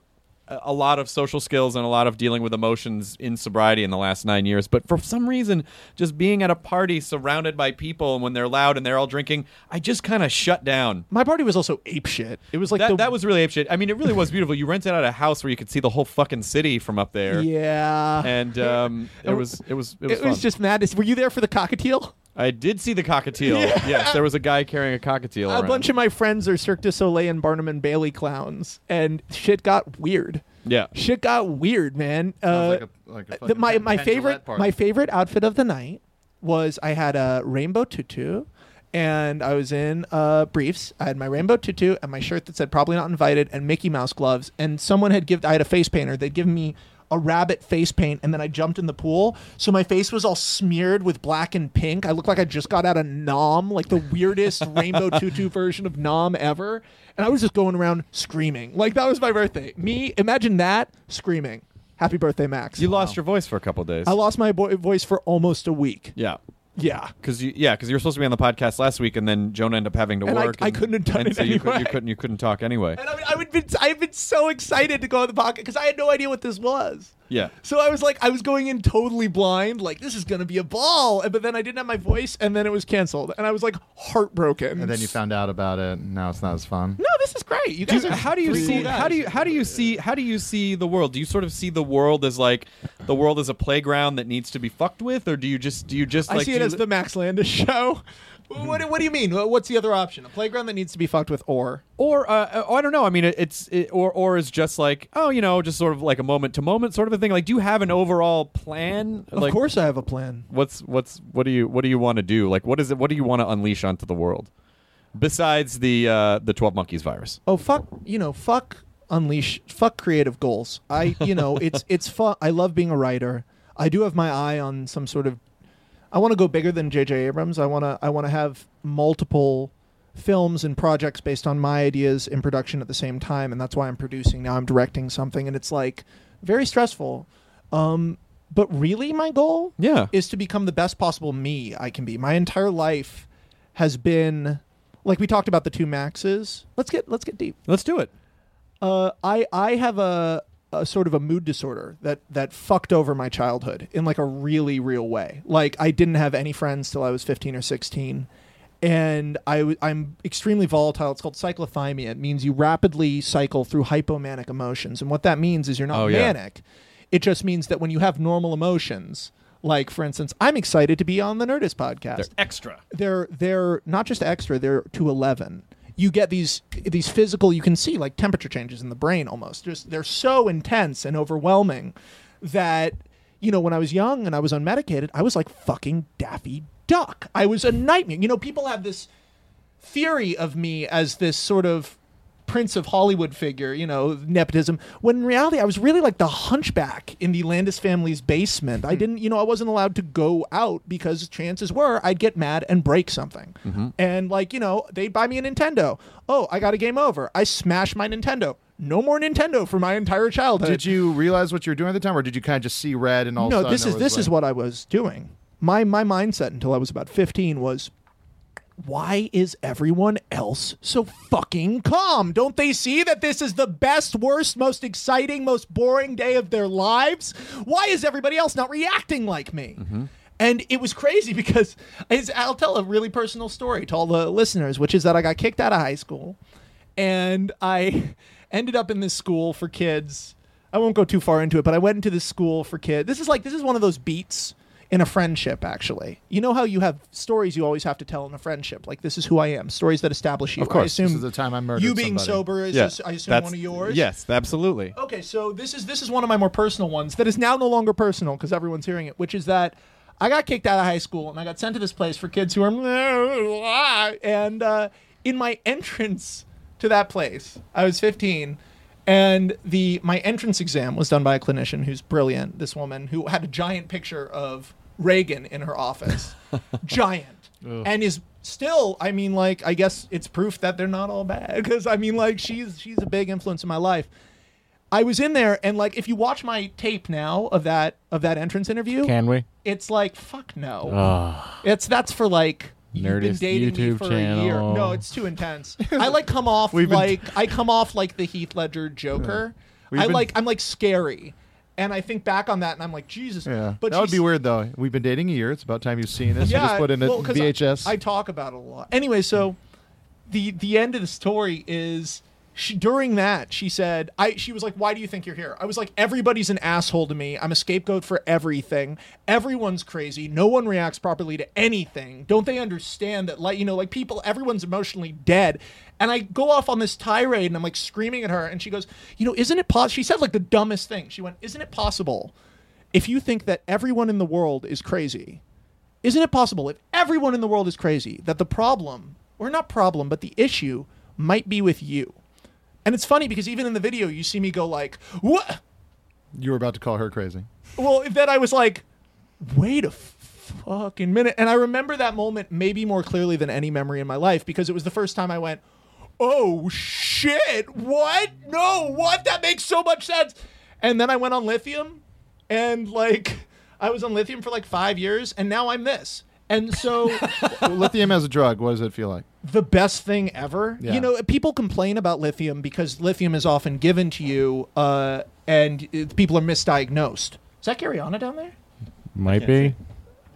a lot of social skills and a lot of dealing with emotions in sobriety in the last nine years. But for some reason, just being at a party surrounded by people and when they're loud and they're all drinking, I just kind of shut down. My party was also ape shit. It was like that, the, that was really apeshit. I mean, it really was beautiful. You rented out a house where you could see the whole fucking city from up there. yeah. And um, it was it was it was, it was fun. just madness. Were you there for the cockatiel? I did see the cockatiel. Yes, there was a guy carrying a cockatiel. A bunch of my friends are Cirque du Soleil and Barnum and Bailey clowns, and shit got weird. yeah. Shit got weird, man. Uh, like a- like a the- fucking my Pen- my Pen favorite Gillette party. my favorite outfit of the night was I had a rainbow tutu, and I was in uh, briefs. I had my rainbow tutu and my shirt that said "Probably Not Invited" and Mickey Mouse gloves. And someone had given I had a face painter. They'd given me a rabbit face paint, and then I jumped in the pool, so my face was all smeared with black and pink. I looked like I just got out of Nom, like the weirdest rainbow tutu version of Nom ever. And I was just going around screaming, like that was my birthday. Me, imagine that screaming. Happy birthday, Max. You lost your voice for a couple days. I lost my boy- voice for almost a week. yeah. Yeah. Because you, yeah, because you were supposed to be on the podcast last week, and then Jonah ended up having to And I- work. I couldn't have done and it so you, could, anyway. you couldn't. You couldn't talk anyway. And I, mean, I would been, I've been so excited to go on the pocket because I had no idea what this was. Yeah. So I was like, I was going in totally blind, like this is gonna be a ball, and, but then I didn't have my voice, and then it was canceled, and I was like heartbroken. and then you found out about it. and Now it's not as fun. no, this is great. You Do guys you- are how do you three see? cool guys. How do you? How do you see? How do you see the world? Do you sort of see the world as like the world as a playground that needs to be fucked with, or do you just? Do you just? I like, see do it you- as the Max Landis show. what, do- what do you mean? What's the other option? A playground that needs to be fucked with, or or uh, oh, I don't know. I mean, it, it's it, or or is just like oh, you know, just sort of like a moment to moment sort of a thing. Like, do you have an overall plan? like, I have a plan. What's what's what do you what do you want to do? Like, what is it? What do you want to unleash onto the world? Besides the uh, the twelve monkeys virus. oh fuck you know fuck unleash fuck creative goals i you know it's it's fun i love being a writer i do have my eye on some sort of I want to go bigger than J.J. Abrams. I want to I want to have multiple films and projects based on my ideas in production at the same time, and that's why I'm producing now. I'm directing something, and it's like very stressful. Um, but really, my goal Yeah. is to become the best possible me I can be. My entire life has been like we talked about the two maxes. Let's get let's get deep. Let's do it. Uh, I I have a, a sort of a mood disorder that that fucked over my childhood in like a really real way. Like I didn't have any friends till I was 15 or 16. And I, w- I'm extremely volatile. It's called cyclothymia. It means you rapidly cycle through hypomanic emotions. And what that means is you're not Oh, yeah. manic. It just means that when you have normal emotions, like for instance, I'm excited to be on the Nerdist podcast Extra. they're they're not just extra they're to 11 you get these these physical you can see like temperature changes in the brain almost just they're so intense and overwhelming that you know when i was young and i was unmedicated i was like fucking daffy duck i was a nightmare you know people have this theory of me as this sort of prince of hollywood figure you know nepotism when in reality i was really like the hunchback in the landis family's basement i didn't you know i wasn't allowed to go out because chances were i'd get mad and break something and like you know they'd buy me a nintendo oh i got a game over i smashed my nintendo no more nintendo for my entire childhood Did you realize what you were doing at the time, or did you kind of just see red and all? no of a sudden this it is was this is like- what i was doing my my mindset until i was about 15 was why is everyone else so fucking calm? Don't they see that this is the best, worst, most exciting, most boring day of their lives? Why is everybody else not reacting like me? Mm-hmm. And it was crazy because it's- I'll tell a really personal story to all the listeners, which is that I got kicked out of high school and I ended up in this school for kids. I won't go too far into it, but I went into this school for kids. This is like, this is one of those beats in a friendship actually you know how you have stories you always have to tell in a friendship like this is who i am stories that establish you Of course, I assume this is the time I murdered you being somebody. sober is Yeah. just, i assume That's- one of yours Yes, absolutely. okay so this is this is one of my more personal ones that is now no longer personal because everyone's hearing it which is that i got kicked out of high school and i got sent to this place for kids who are and uh, in my entrance to that place i was 15 and the my entrance exam was done by a clinician who's brilliant this woman who had a giant picture of reagan in her office giant and is still i mean like i guess it's proof that they're not all bad because i mean like she's she's a big influence in my life I was in there, and like, if you watch my tape now of that of that entrance interview, Can we? it's like fuck no. Oh, it's that's for like you've been Nerdist dating me YouTube for a channel. year. No, it's too intense. I like come off We've been- like I come off like the Heath Ledger Joker. We've I been- like I'm like scary, and I think back on that, and I'm like Jesus. Yeah, but that would she's- be weird though. We've been dating a year. It's about time you've seen this. I just put in a well, 'cause I- VHS. I, talk about it a lot. Anyway, Hmm. so the the end of the story is she, during that she said I she was like, "Why do you think you're here?" I was like, "Everybody's an asshole to me. I'm a scapegoat for everything. Everyone's crazy. No one reacts properly to anything. Don't they understand that like, you know, like people everyone's emotionally dead." And I go off on this tirade and I'm like screaming at her and she goes, "You know, isn't it possible?" She said like the dumbest thing. She went, "Isn't it possible if you think that everyone in the world is crazy, isn't it possible if everyone in the world is crazy that the problem, or not problem, but the issue might be with you? And it's funny because even in the video, you see me go like, "What?" you were about to call her crazy. Well, then I was like, "Wait a f- fucking minute!" And I remember that moment maybe more clearly than any memory in my life because it was the first time I went, "Oh shit! What? No! What? That makes so much sense!" And then I went on lithium, and like, I was on lithium for like five years, and now I'm this. And so Well, lithium as a drug. What does it feel like? the best thing ever. Yeah. You know, people complain about lithium because lithium is often given to you, uh, and uh, people are misdiagnosed. Is that Gariana down there? might be.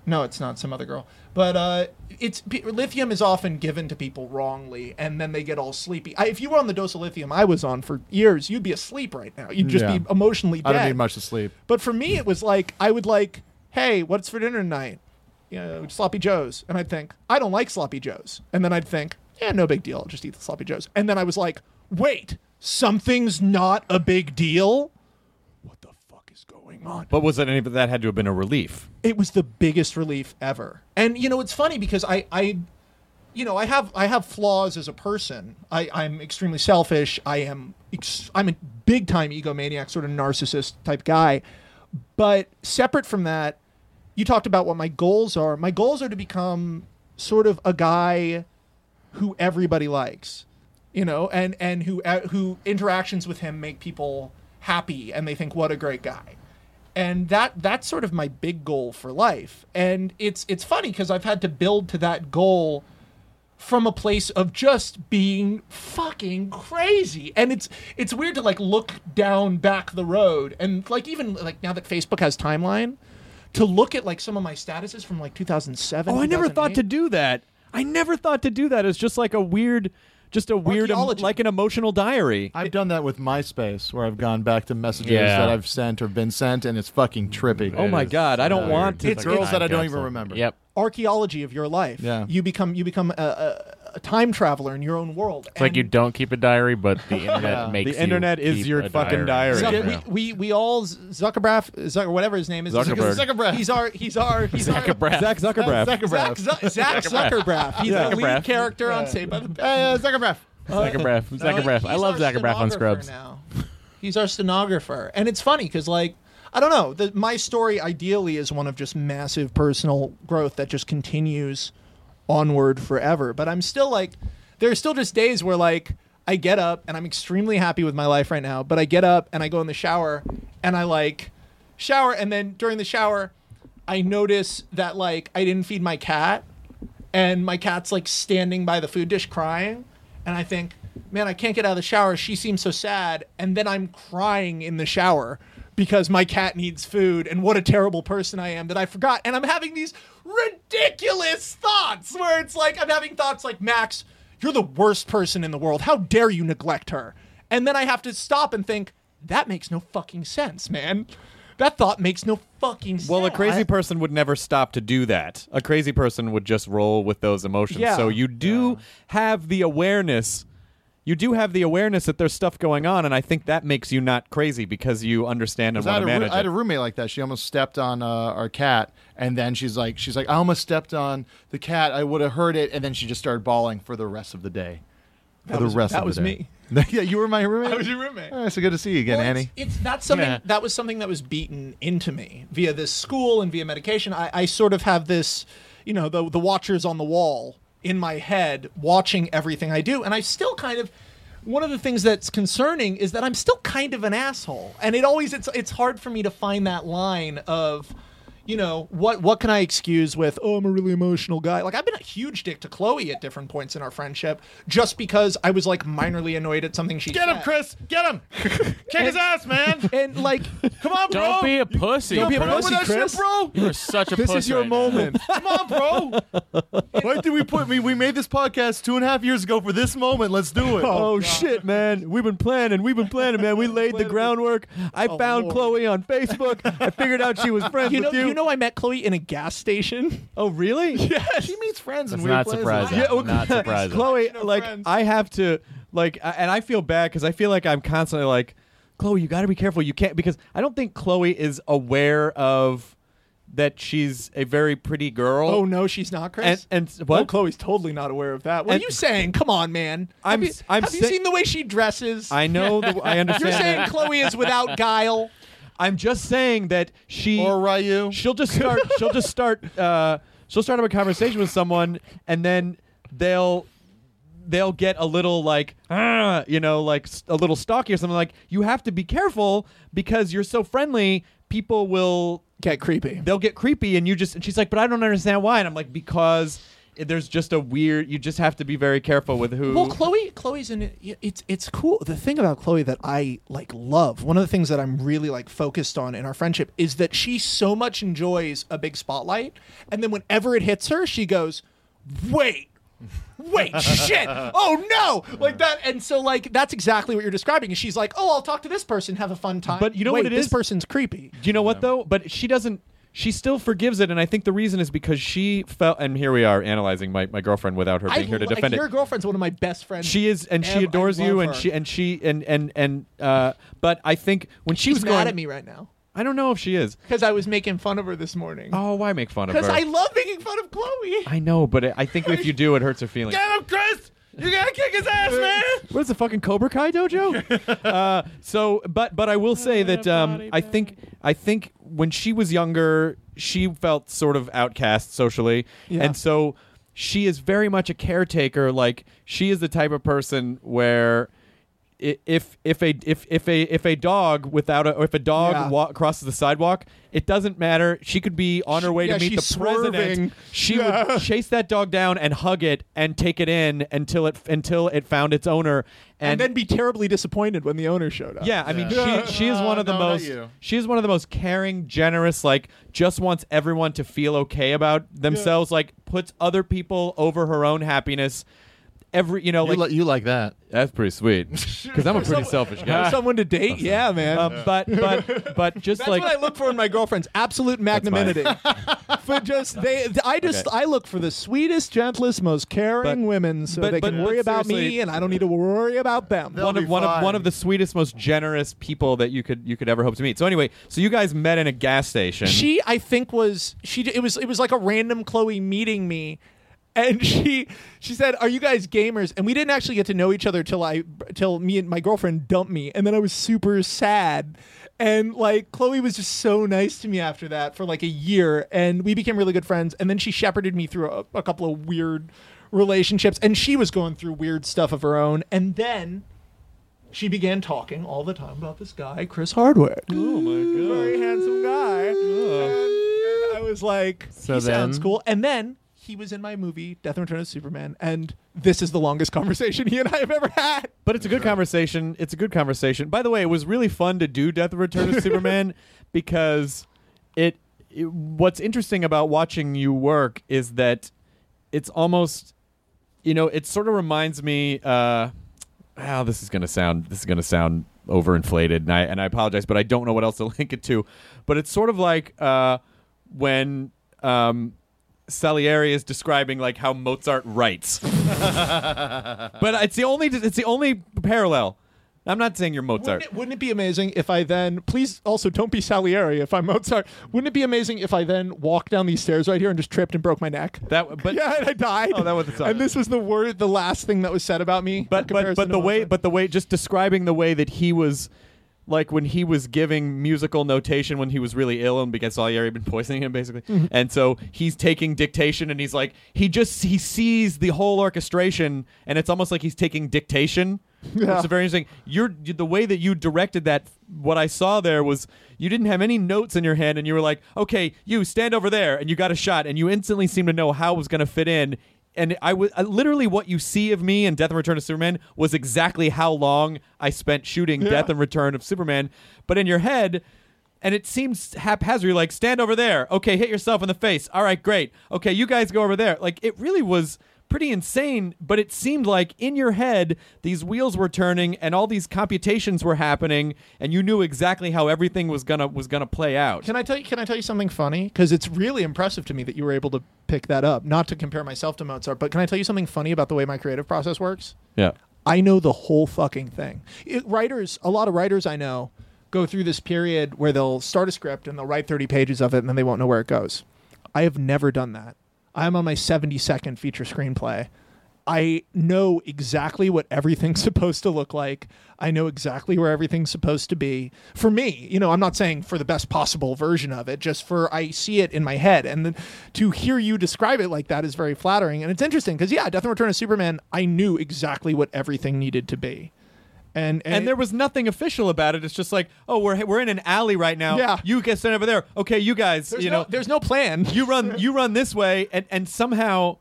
No, it's not some other girl. But uh, it's p- lithium is often given to people wrongly, and then they get all sleepy. I, if you were on the dose of lithium I was on for years, you'd be asleep right now. You'd just Yeah. be emotionally I dead. don't need much to sleep. But for me, it was like I would like, hey, what's for dinner tonight? You know, sloppy joes, and I'd think I don't like sloppy joes, and then I'd think, yeah, no big deal, I'll just eat the sloppy joes, and then I was like, wait, something's not a big deal. What the fuck is going on? But was that any? But that had to have been a relief. it was the biggest relief ever. And you know, it's funny because I, I, you know, I have I have flaws as a person. I, I'm extremely selfish. I am ex- I'm a big time egomaniac, sort of narcissist type guy. But separate from that, you talked about what my goals are. My goals are to become sort of a guy who everybody likes, you know, and and who uh, who interactions with him make people happy and they think what a great guy. And that that's sort of my big goal for life. And it's it's funny cuz I've had to build to that goal from a place of just being fucking crazy and it's it's weird to like look down back the road and like even like now that facebook has timeline to look at like some of my statuses from like 2007 Oh, I never thought to 2008. do that. I never thought to do that. It's just like a weird, just a weird, em- Archaeology. like an emotional diary. I've done that with MySpace, where I've gone back to messages Yeah. that I've sent or been sent, and it's fucking trippy. Oh my is God, I don't weird. want to. It's girls that I don't even remember. Yep. archaeology of your life Yeah. you become you become a, a, a time traveler in your own world It's like you don't keep a diary, but the internet makes The internet you is keep your a fucking diary. diary. Zuck- we, we we all Zuckerbraff Zucker whatever his name is Zuckerberg. Zuckerberg. he's our he's our he's our Zuckerbraff. Zach Zuckerberg. Zach, Zuckerbraff. Zuck- Zach Zuckerbraff he's the lead Zuckerbraff. character on Saved by the Bell Hey, uh, Zuckerbraff. Zuckerbraff. Zuckerbraff. I He's love our Zuckerbraff on stenographer Scrubs. Now. He's our stenographer. And it's funny because, like, I don't know. The, my story ideally is one of just massive personal growth that just continues onward forever. But I'm still like, there are still just days where, like, I get up and I'm extremely happy with my life right now. But I get up and I go in the shower and I, like, shower. And then during the shower, I notice that, like, I didn't feed my cat and my cat's like standing by the food dish crying and i think man i can't get out of the shower she seems so sad and then i'm crying in the shower because my cat needs food and what a terrible person i am that i forgot and i'm having these ridiculous thoughts where it's like i'm having thoughts like max you're the worst person in the world how dare you neglect her and then i have to stop and think that makes no fucking sense man that thought makes no fucking sense Well, a crazy person would never stop to do that. A crazy person would just roll with those emotions. Yeah. So you do have the awareness. You do have the awareness that there's stuff going on, and I think that makes you not crazy because you understand and want I had, to a, roo- manage I had a it. roommate like that. She almost stepped on uh, our cat, and then she's like, she's like, I almost stepped on the cat. I would have heard it, and then she just started bawling for the rest of the day. For the was- rest that of the was day. yeah, you were my roommate. I was your roommate. All right, so good to see you again, Well, Annie. It's, it's that's something Yeah. that was something that was beaten into me via this school and via medication. I, I sort of have this, you know, the the watchers on the wall in my head watching everything I do, and I still kind of. One of the things that's concerning is that I'm still kind of an asshole, and it always it's it's hard for me to find that line of. You know what? What can I excuse with? Oh, I'm a really emotional guy. Like I've been a huge dick to Chloe at different points in our friendship, just because I was like minorly annoyed at something she Get said him, Chris. Get him. Kick his ass, man. and like come on bro Don't be a pussy. Don't be a bro. pussy, Chris. bro. You're such a pussy. right now. Come on, bro. Why did we put me? We made this podcast two and a half years ago for this moment. Let's do it. Oh shit, man! We've been planning. We've been planning, man. We laid the groundwork. I Oh, found Lord. Chloe on Facebook. I figured out she was friends you know with you. you know i met chloe in a gas station oh really? yes She meets friends That's in weird not places. surprising. Yeah, oh, okay. Not surprising. Chloe, No like friends. I have to like, I- and I feel bad because I feel like I'm constantly like, Chloe, you got to be careful. You can't because I don't think Chloe is aware of that she's a very pretty girl. oh no she's not chris And- and what? oh, chloe's totally not aware of that what And- are you saying come on man I'm- have you, I'm have you sa- seen the way she dresses I know. The, I understand. you're saying that. chloe is without guile I'm just saying that she Or Ryu. She'll just start. she'll just start. Uh, she'll start up a conversation with someone, and then they'll they'll get a little like "Ah," you know like s- a little stalky or something like you have to be careful because you're so friendly people will get creepy they'll get creepy and you just and she's like but i don't understand why and i'm like because there's just a weird you just have to be very careful with who Well, Chloe, Chloe's in it. It's it's cool. The thing about Chloe that I like love. One of the things that I'm really like focused on in our friendship is that she so much enjoys a big spotlight, and then whenever it hits her, she goes, "Wait." Wait, shit! Oh no! Like that, and so like that's exactly what you're describing. And she's like, "Oh, I'll talk to this person, have a fun time." But you know what Wait, it this is? person's creepy. Do you know what though? But she doesn't. She still forgives it, and I think the reason is because she felt. And here we are analyzing my, my girlfriend without her being I here to like, defend your it. girlfriend's one of my best friends. She is, and she Em, I adores you, love and her. she and she and and and. Uh, but I think when she she's was mad going, at me right now I don't know if she is. because I was making fun of her this morning. Oh, why make fun of her? Because I love making fun of Chloe. I know, but I think if you do, it hurts her feelings. Get him, Chris. You gotta kick his ass, Uh, man. What's the fucking Cobra Kai dojo? uh, so, but but I will say that um, I think I think when she was younger, she felt sort of outcast socially, Yeah. and so she is very much a caretaker. Like she is the type of person where. i- If if a if if a if a dog without a or if a dog Yeah. wa- crosses the sidewalk, it doesn't matter. She could be on her way yeah, to meet the she's president. swerving. She Yeah. would chase that dog down and hug it and take it in until it until it found its owner. And, and then be terribly disappointed when the owner showed up. yeah, I mean, Yeah. she she is one of the No, not most you. she is one of the most caring, generous. Like, just wants everyone to feel okay about themselves. Like, puts other people over her own happiness. Every you know, You, like li- you like that? That's pretty sweet. Because I'm a pretty selfish guy. Someone to date, yeah, man. um, but but but just That's like what I look for in my girlfriends. Absolute magnanimity. but just they, th- I just Okay. I look for the sweetest, gentlest, most caring But- women, so but- they but- can but worry about seriously- me, and I don't need to worry about them. They'll one of be one of fine. one of the sweetest, most generous people that you could you could ever hope to meet. So anyway, so you guys met in a gas station. she i think was she it was it was like a random chloe meeting me and she she said are you guys gamers and we didn't actually get to know each other till i till me and my girlfriend dumped me and then i was super sad and like chloe was just so nice to me after that for like a year and we became really good friends and then she shepherded me through a, a couple of weird relationships and she was going through weird stuff of her own and then she began talking all the time about this guy chris hardwick very handsome guy. And, and I was like, So he sounds then- cool. And then he was in my movie Death and Return of Superman, and this is the longest conversation he and I have ever had. But it's a good conversation. It's a good conversation. By the way, it was really fun to do Death and Return of Superman because it, it- What's interesting about watching you work is that it's almost, you know, it sort of reminds me. Uh, wow, this is gonna sound. This is gonna sound overinflated, and I and I apologize, but I don't know what else to link it to. But it's sort of like uh, when. Um, Salieri is describing like how Mozart writes but it's the only it's the only parallel. I'm not saying you're Mozart. Wouldn't it, wouldn't it be amazing if I then, please also don't be Salieri if I'm Mozart. Wouldn't it be amazing if I then walked down these stairs right here and just tripped and broke my neck? that but yeah, and I died. Oh, that would've sucked. And this was the word, the last thing that was said about me. in but but comparison but to the way Mozart. but the way just describing the way that he was like when he was giving musical notation when he was really ill and because Salieri had been poisoning him basically Mm-hmm. and so he's taking dictation and he's like he just he sees the whole orchestration and it's almost like he's taking dictation Yeah. which is very interesting you're the way that you directed that what I saw there was you didn't have any notes in your hand and you were like okay you stand over there and you got a shot and you instantly seemed to know how it was going to fit in and I was I- literally what you see of me in Death and Return of Superman was exactly how long I spent shooting Death and Return of Superman. But in your head, and it seems haphazard. You're like, stand over there. Okay, hit yourself in the face. All right, great. Okay, you guys go over there. Like it really was pretty insane. But it seemed like in your head these wheels were turning and all these computations were happening, and you knew exactly how everything was gonna was gonna play out. Can I tell you? Can I tell you something funny? Because it's really impressive to me that you were able to pick that up. Not to compare myself to Mozart, but can I tell you something funny about the way my creative process works? yeah. I know the whole fucking thing. It, writers, a lot of writers I know, go through this period where they'll start a script and they'll write thirty pages of it, and then they won't know where it goes. I have never done that. I'm on my seventy-second feature screenplay. I know exactly what everything's supposed to look like. I know exactly where everything's supposed to be. For me, you know, I'm not saying for the best possible version of it, just for I see it in my head. And then to hear you describe it like that is very flattering. And it's interesting because, yeah, Death and Return of Superman, I knew exactly what everything needed to be. And, And there was nothing official about it. It's just like, oh, we're we're in an alley right now. Yeah. You guys stand over there. Okay, you guys. there's, you no, know, there's no plan. you run you run this way and and somehow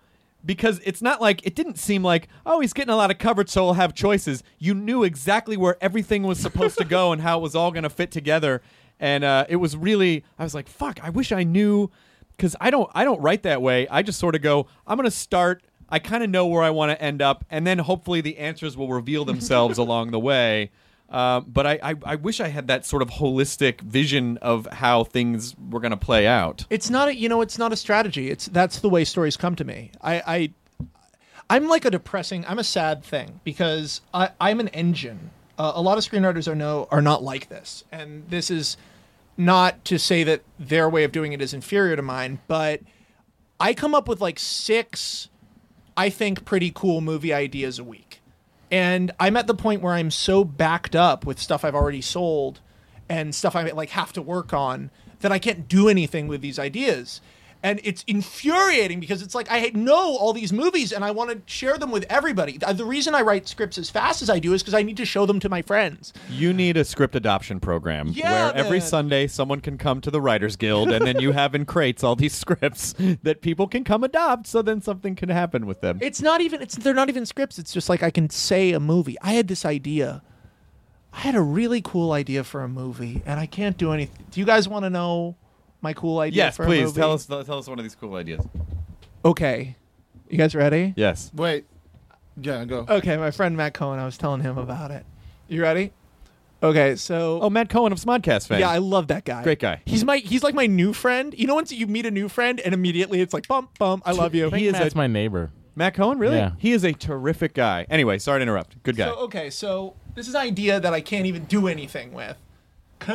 because it's not like it didn't seem like oh he's getting a lot of coverage so he'll have choices you knew exactly where everything was supposed to go and how it was all going to fit together and uh, it was really i was like fuck i wish i knew because i don't i don't write that way i just sort of go i'm going to start i kind of know where i want to end up and then hopefully the answers will reveal themselves along the way uh, but I, I, I wish I had that sort of holistic vision of how things were going to play out. It's not a you know, it's not a strategy. It's that's the way stories come to me. I, I I'm like a depressing. I'm a sad thing because I, I'm an engine. Uh, a lot of screenwriters I know are not like this, and this is not to say that their way of doing it is inferior to mine, but I come up with like six I think, pretty cool movie ideas a week. And I'm at the point where I'm so backed up with stuff I've already sold and stuff I like have to work on that I can't do anything with these ideas. And it's infuriating because it's like I know all these movies and I want to share them with everybody. The the reason I write scripts as fast as I do is because I need to show them to my friends. You need a script adoption program Yeah, where every man. Sunday someone can come to the Writers Guild and then you have in crates all these scripts that people can come adopt so then something can happen with them. It's not even it's they're not even scripts. It's just like I can say a movie. I had this idea. I had a really cool idea for a movie and I can't do anything. Do you guys want to know my cool idea yes, for a please movie? tell us tell us one of these cool ideas. Okay. You guys ready? Yes. Wait. Yeah, go. Okay, my friend Matt Cohen, I was telling him about it. You ready? Okay, so Oh, Matt Cohen of Smodcast fame. Yeah, I love that guy. Great guy. He's my he's like my new friend. You know, once you meet a new friend and immediately it's like bump bump. I love you. He is That's a, my neighbor. Matt Cohen, really? Yeah. He is a terrific guy. Anyway, sorry to interrupt. Good guy. So okay, so this is an idea that I can't even do anything with.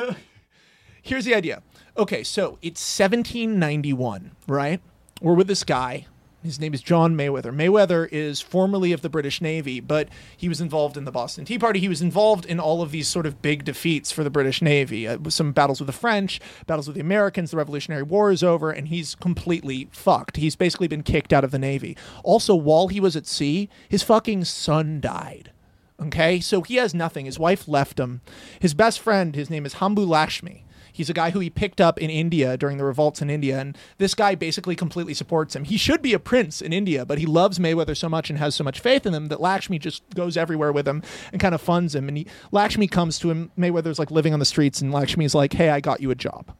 Here's the idea. Okay, so it's 1791, right? We're with this guy. His name is John Mayweather. Mayweather is formerly of the British Navy, but he was involved in the Boston Tea Party. He was involved in all of these sort of big defeats for the British Navy. Uh, with some battles with the French, battles with the Americans. The Revolutionary War is over, and he's completely fucked. He's basically been kicked out of the Navy. Also, while he was at sea, his fucking son died. Okay, so he has nothing. His wife left him. His best friend, his name is Hambu Lashmi. He's a guy who he picked up in India during the revolts in India, and this guy basically completely supports him. He should be a prince in India, but he loves Mayweather so much and has so much faith in him that Lakshmi just goes everywhere with him and kind of funds him. And he, Lakshmi comes to him. Mayweather's like living on the streets, and Lakshmi's like, "Hey, I got you a job."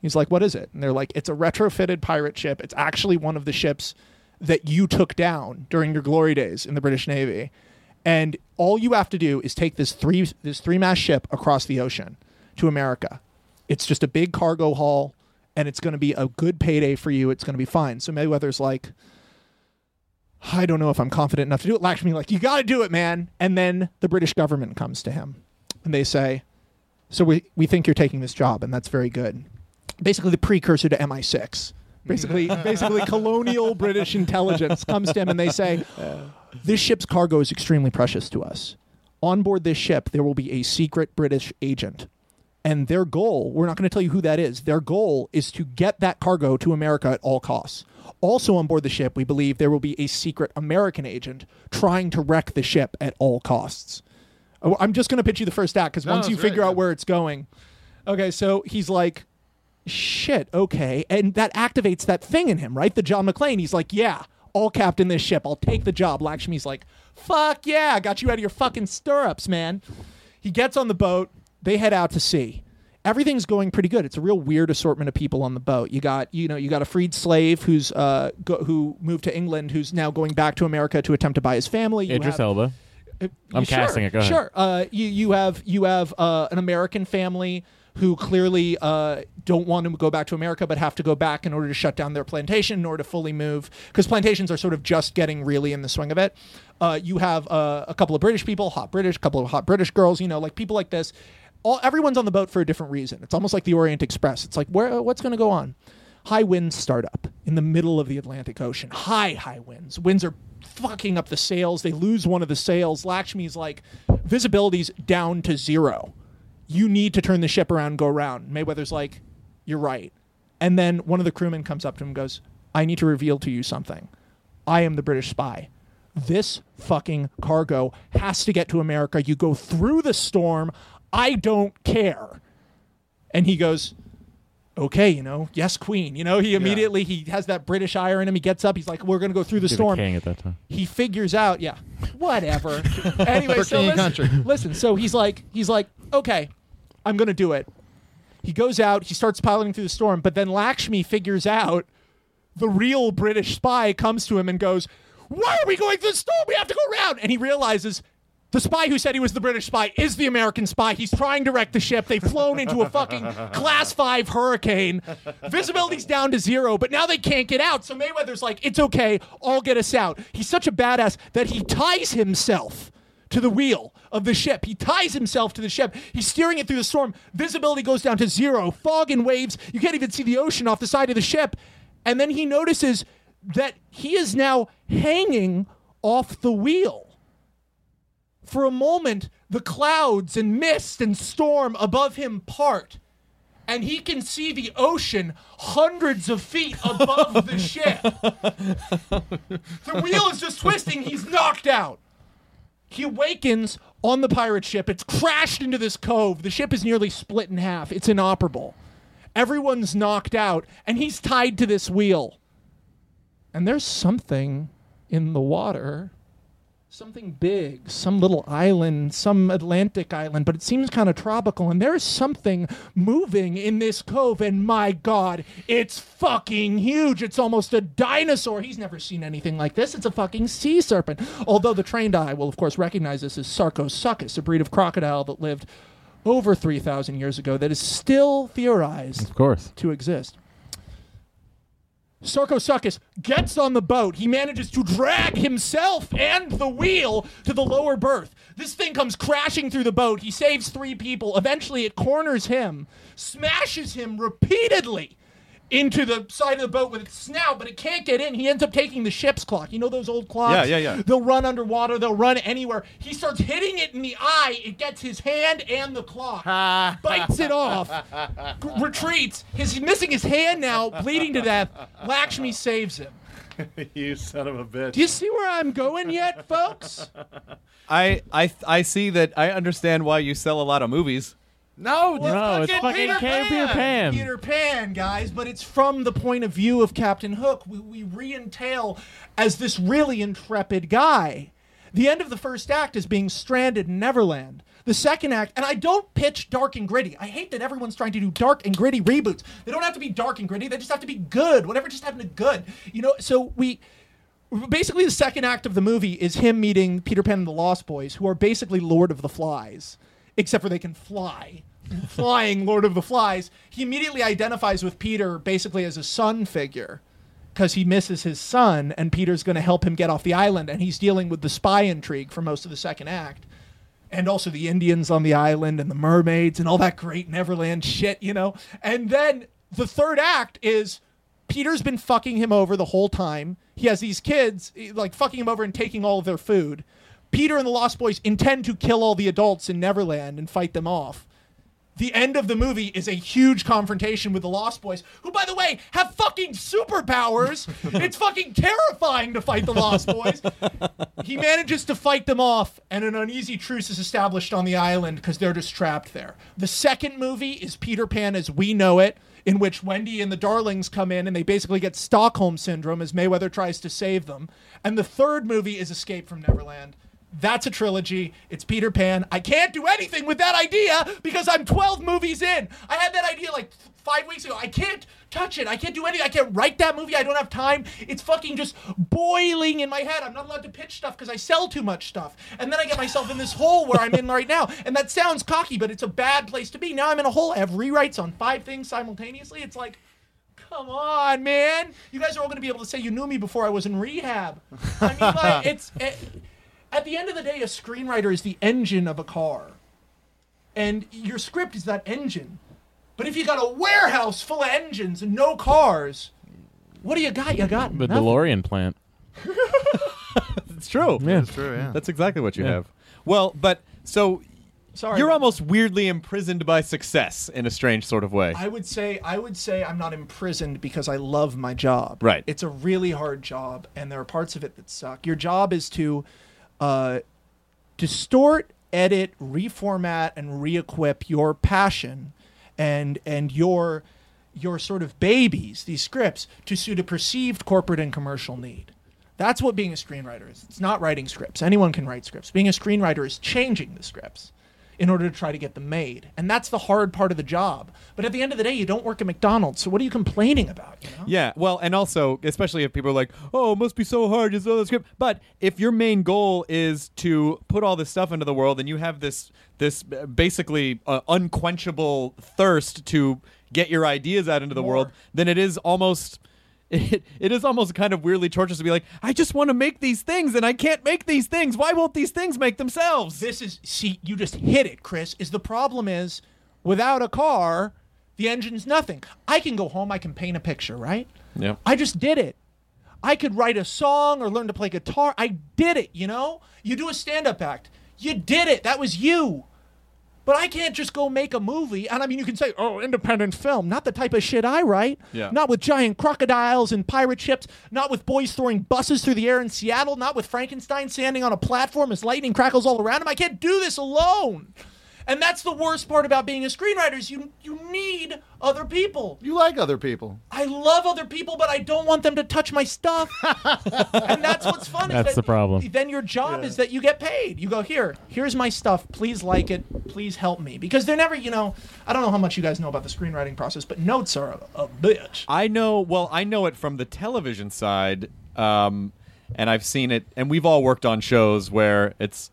He's like, "What is it?" And they're like, "It's a retrofitted pirate ship. It's actually one of the ships that you took down during your glory days in the British Navy. And all you have to do is take this three this three mast ship across the ocean to America. It's just a big cargo haul, and it's going to be a good payday for you. It's going to be fine." So Mayweather's like, I don't know if I'm confident enough to do it. Lakshmi, like, you got to do it, man. And then the British government comes to him and they say, So we, we think you're taking this job, and that's very good. Basically, the precursor to MI6. Basically, basically, colonial British intelligence comes to him and they say, This ship's cargo is extremely precious to us. On board this ship, there will be a secret British agent. And their goal, we're not going to tell you who that is, their goal is to get that cargo to America at all costs. Also on board the ship, we believe there will be a secret American agent trying to wreck the ship at all costs. Oh, I'm just going to pitch you the first act because No, once you that's right, figure out yeah. where it's going. Okay, so he's like, shit, okay. And that activates that thing in him, right? The John McClane. He's like, yeah, all captain this ship. I'll take the job. Lakshmi's like, fuck yeah, I got you out of your fucking stirrups, man. He gets on the boat. They head out to sea. Everything's going pretty good. It's a real weird assortment of people on the boat. You got, you know, you got a freed slave who's uh, go, who moved to England, who's now going back to America to attempt to buy his family. You Idris have- Elba. I'm Uh, Sure, casting it. Go ahead. Sure. Uh, you you have you have uh, an American family who clearly uh, don't want to go back to America, but have to go back in order to shut down their plantation in order to fully move because plantations are sort of just getting really in the swing of it. Uh, you have uh, a couple of British people, hot British, couple of hot British girls, you know, like people like this. All everyone's on the boat for a different reason. It's almost like the Orient Express. It's like where what's going to go on? High winds start up in the middle of the Atlantic Ocean. High high winds. Winds are fucking up the sails. They lose one of the sails. Lakshmi's like, visibility's down to zero. You need to turn the ship around, and go around. Mayweather's like, you're right. And then one of the crewmen comes up to him and goes, I need to reveal to you something. I am the British spy. This fucking cargo has to get to America. You go through the storm. I don't care. And he goes, okay, you know, yes, queen. You know, he immediately, he has that British ire in him. He gets up. He's like, we're going to go through the You're storm the king at that time. he figures out yeah whatever anyway For so king listen, and country. listen so he's like he's like okay i'm gonna do it he goes out he starts piloting through the storm but then lakshmi figures out the real british spy comes to him and goes why are we going through the storm we have to go around and he realizes the spy who said he was the British spy is the American spy. He's trying to wreck the ship. They've flown into a fucking class five hurricane. Visibility's down to zero, but now they can't get out. So Mayweather's like, it's okay. I'll get us out. He's such a badass that he ties himself to the wheel of the ship. He ties himself to the ship. He's steering it through the storm. Visibility goes down to zero. Fog and waves. You can't even see the ocean off the side of the ship. And then he notices that he is now hanging off the wheel. For a moment, the clouds and mist and storm above him part, and he can see the ocean hundreds of feet above the ship. the wheel is just twisting, he's knocked out. He awakens on the pirate ship. It's crashed into this cove. The ship is nearly split in half, it's inoperable. Everyone's knocked out, and he's tied to this wheel. And there's something in the water. Something big, some little island, some Atlantic island, but it seems kind of tropical. And there's something moving in this cove, and my God, it's fucking huge. It's almost a dinosaur. He's never seen anything like this. It's a fucking sea serpent. Although the trained eye will, of course, recognize this as Sarcosuchus, a breed of crocodile that lived over 3,000 years ago that is still theorized Of course. to exist. Sarkosuchus gets on the boat. He manages to drag himself and the wheel to the lower berth. This thing comes crashing through the boat. He saves three people. Eventually, it corners him, smashes him repeatedly into the side of the boat with its snout, but it can't get in. He ends up taking the ship's clock. You know those old clocks? Yeah, yeah, yeah. They'll run underwater, they'll run anywhere. He starts hitting it in the eye. It gets his hand and the clock, bites it off, g- retreats. His, he's missing his hand now, bleeding to death. Lakshmi saves him. you son of a bitch. Do you see where I'm going yet, folks? I, I, I see that. I understand why you sell a lot of movies. no, No, it's fucking Peter Pan. Peter Pan. Peter Pan, guys, but it's from the point of view of Captain Hook. We, we re-entail as this really intrepid guy. The end of the first act is being stranded in Neverland. The second act, and I don't pitch dark and gritty. I hate that everyone's trying to do dark and gritty reboots. They don't have to be dark and gritty. They just have to be good. Whatever just happened to good, you know. So we basically the second act of the movie is him meeting Peter Pan and the Lost Boys, who are basically Lord of the Flies, except for they can fly. Flying Lord of the Flies, he immediately identifies with Peter basically as a son figure because he misses his son, and Peter's going to help him get off the island, and he's dealing with the spy intrigue for most of the second act. And also the Indians on the island and the mermaids and all that great Neverland shit, you know? And then the third act is Peter's been fucking him over the whole time. He has these kids eh, like fucking him over and taking all of their food. Peter and the Lost Boys intend to kill all the adults in Neverland and fight them off. The end of the movie is a huge confrontation with the Lost Boys, who, by the way, have fucking superpowers. it's fucking terrifying to fight the Lost Boys. he manages to fight them off, and an uneasy truce is established on the island because they're just trapped there. The second movie is Peter Pan as we know it, in which Wendy and the Darlings come in and they basically get Stockholm Syndrome as Mayweather tries to save them. And the third movie is Escape from Neverland. That's a trilogy. It's Peter Pan. I can't do anything with that idea because I'm 12 movies in. I had that idea like f- five weeks ago. I can't touch it. I can't do anything. I can't write that movie. I don't have time. It's fucking just boiling in my head. I'm not allowed to pitch stuff because I sell too much stuff. And then I get myself in this hole where I'm in right now. And that sounds cocky, but it's a bad place to be. Now I'm in a hole. I have rewrites on five things simultaneously. It's like. Come on, man! You guys are all going to be able to say you knew me before I was in rehab. I mean, like, it's it, at the end of the day, a screenwriter is the engine of a car, and your script is that engine. But if you got a warehouse full of engines and no cars, what do you got? You got The nothing. DeLorean plant. It's true. Yeah. That's true, yeah. That's exactly what you Yeah. have. Well, but so Sorry, you're almost weirdly imprisoned by success in a strange sort of way. I would say I would say I'm not imprisoned because I love my job. Right. It's a really hard job, and there are parts of it that suck. Your job is to uh, distort, edit, reformat, and re-equip your passion and and your your sort of babies, these scripts, to suit a perceived corporate and commercial need. That's what being a screenwriter is. It's not writing scripts. Anyone can write scripts. Being a screenwriter is changing the scripts in order to try to get them made. And that's the hard part of the job. But at the end of the day, you don't work at McDonald's. So what are you complaining about? You know? Yeah, well, and also, especially if people are like, "Oh, it must be so hard, just all the script." But if your main goal is to put all this stuff into the world, and you have this this uh, basically uh, unquenchable thirst to get your ideas out into the world, then it is almost. It, it is almost kind of weirdly torturous to be like, I just want to make these things and I can't make these things. Why won't these things make themselves? This is see, you just hit it, Chris. Is the problem is without a car, the engine's nothing. I can go home, I can paint a picture, right? Yeah. I just did it. I could write a song or learn to play guitar. I did it, you know? You do a stand up act. You did it. That was you. But I can't just go make a movie. And I mean, you can say, oh, independent film. Not the type of shit I write. Yeah. Not with giant crocodiles and pirate ships. Not with boys throwing buses through the air in Seattle. Not with Frankenstein standing on a platform as lightning crackles all around him. I can't do this alone. And that's the worst part about being a screenwriter is you, you need other people. You like other people. I love other people, but I don't want them to touch my stuff. and that's what's fun. is That's that the problem. Then your job is that you get paid. You go here. Here's my stuff. Please like it. Please help me because they're never. You know, I don't know how much you guys know about the screenwriting process, but notes are a, a bitch. I know. Well, I know it from the television side, um, and I've seen it. And we've all worked on shows where it's,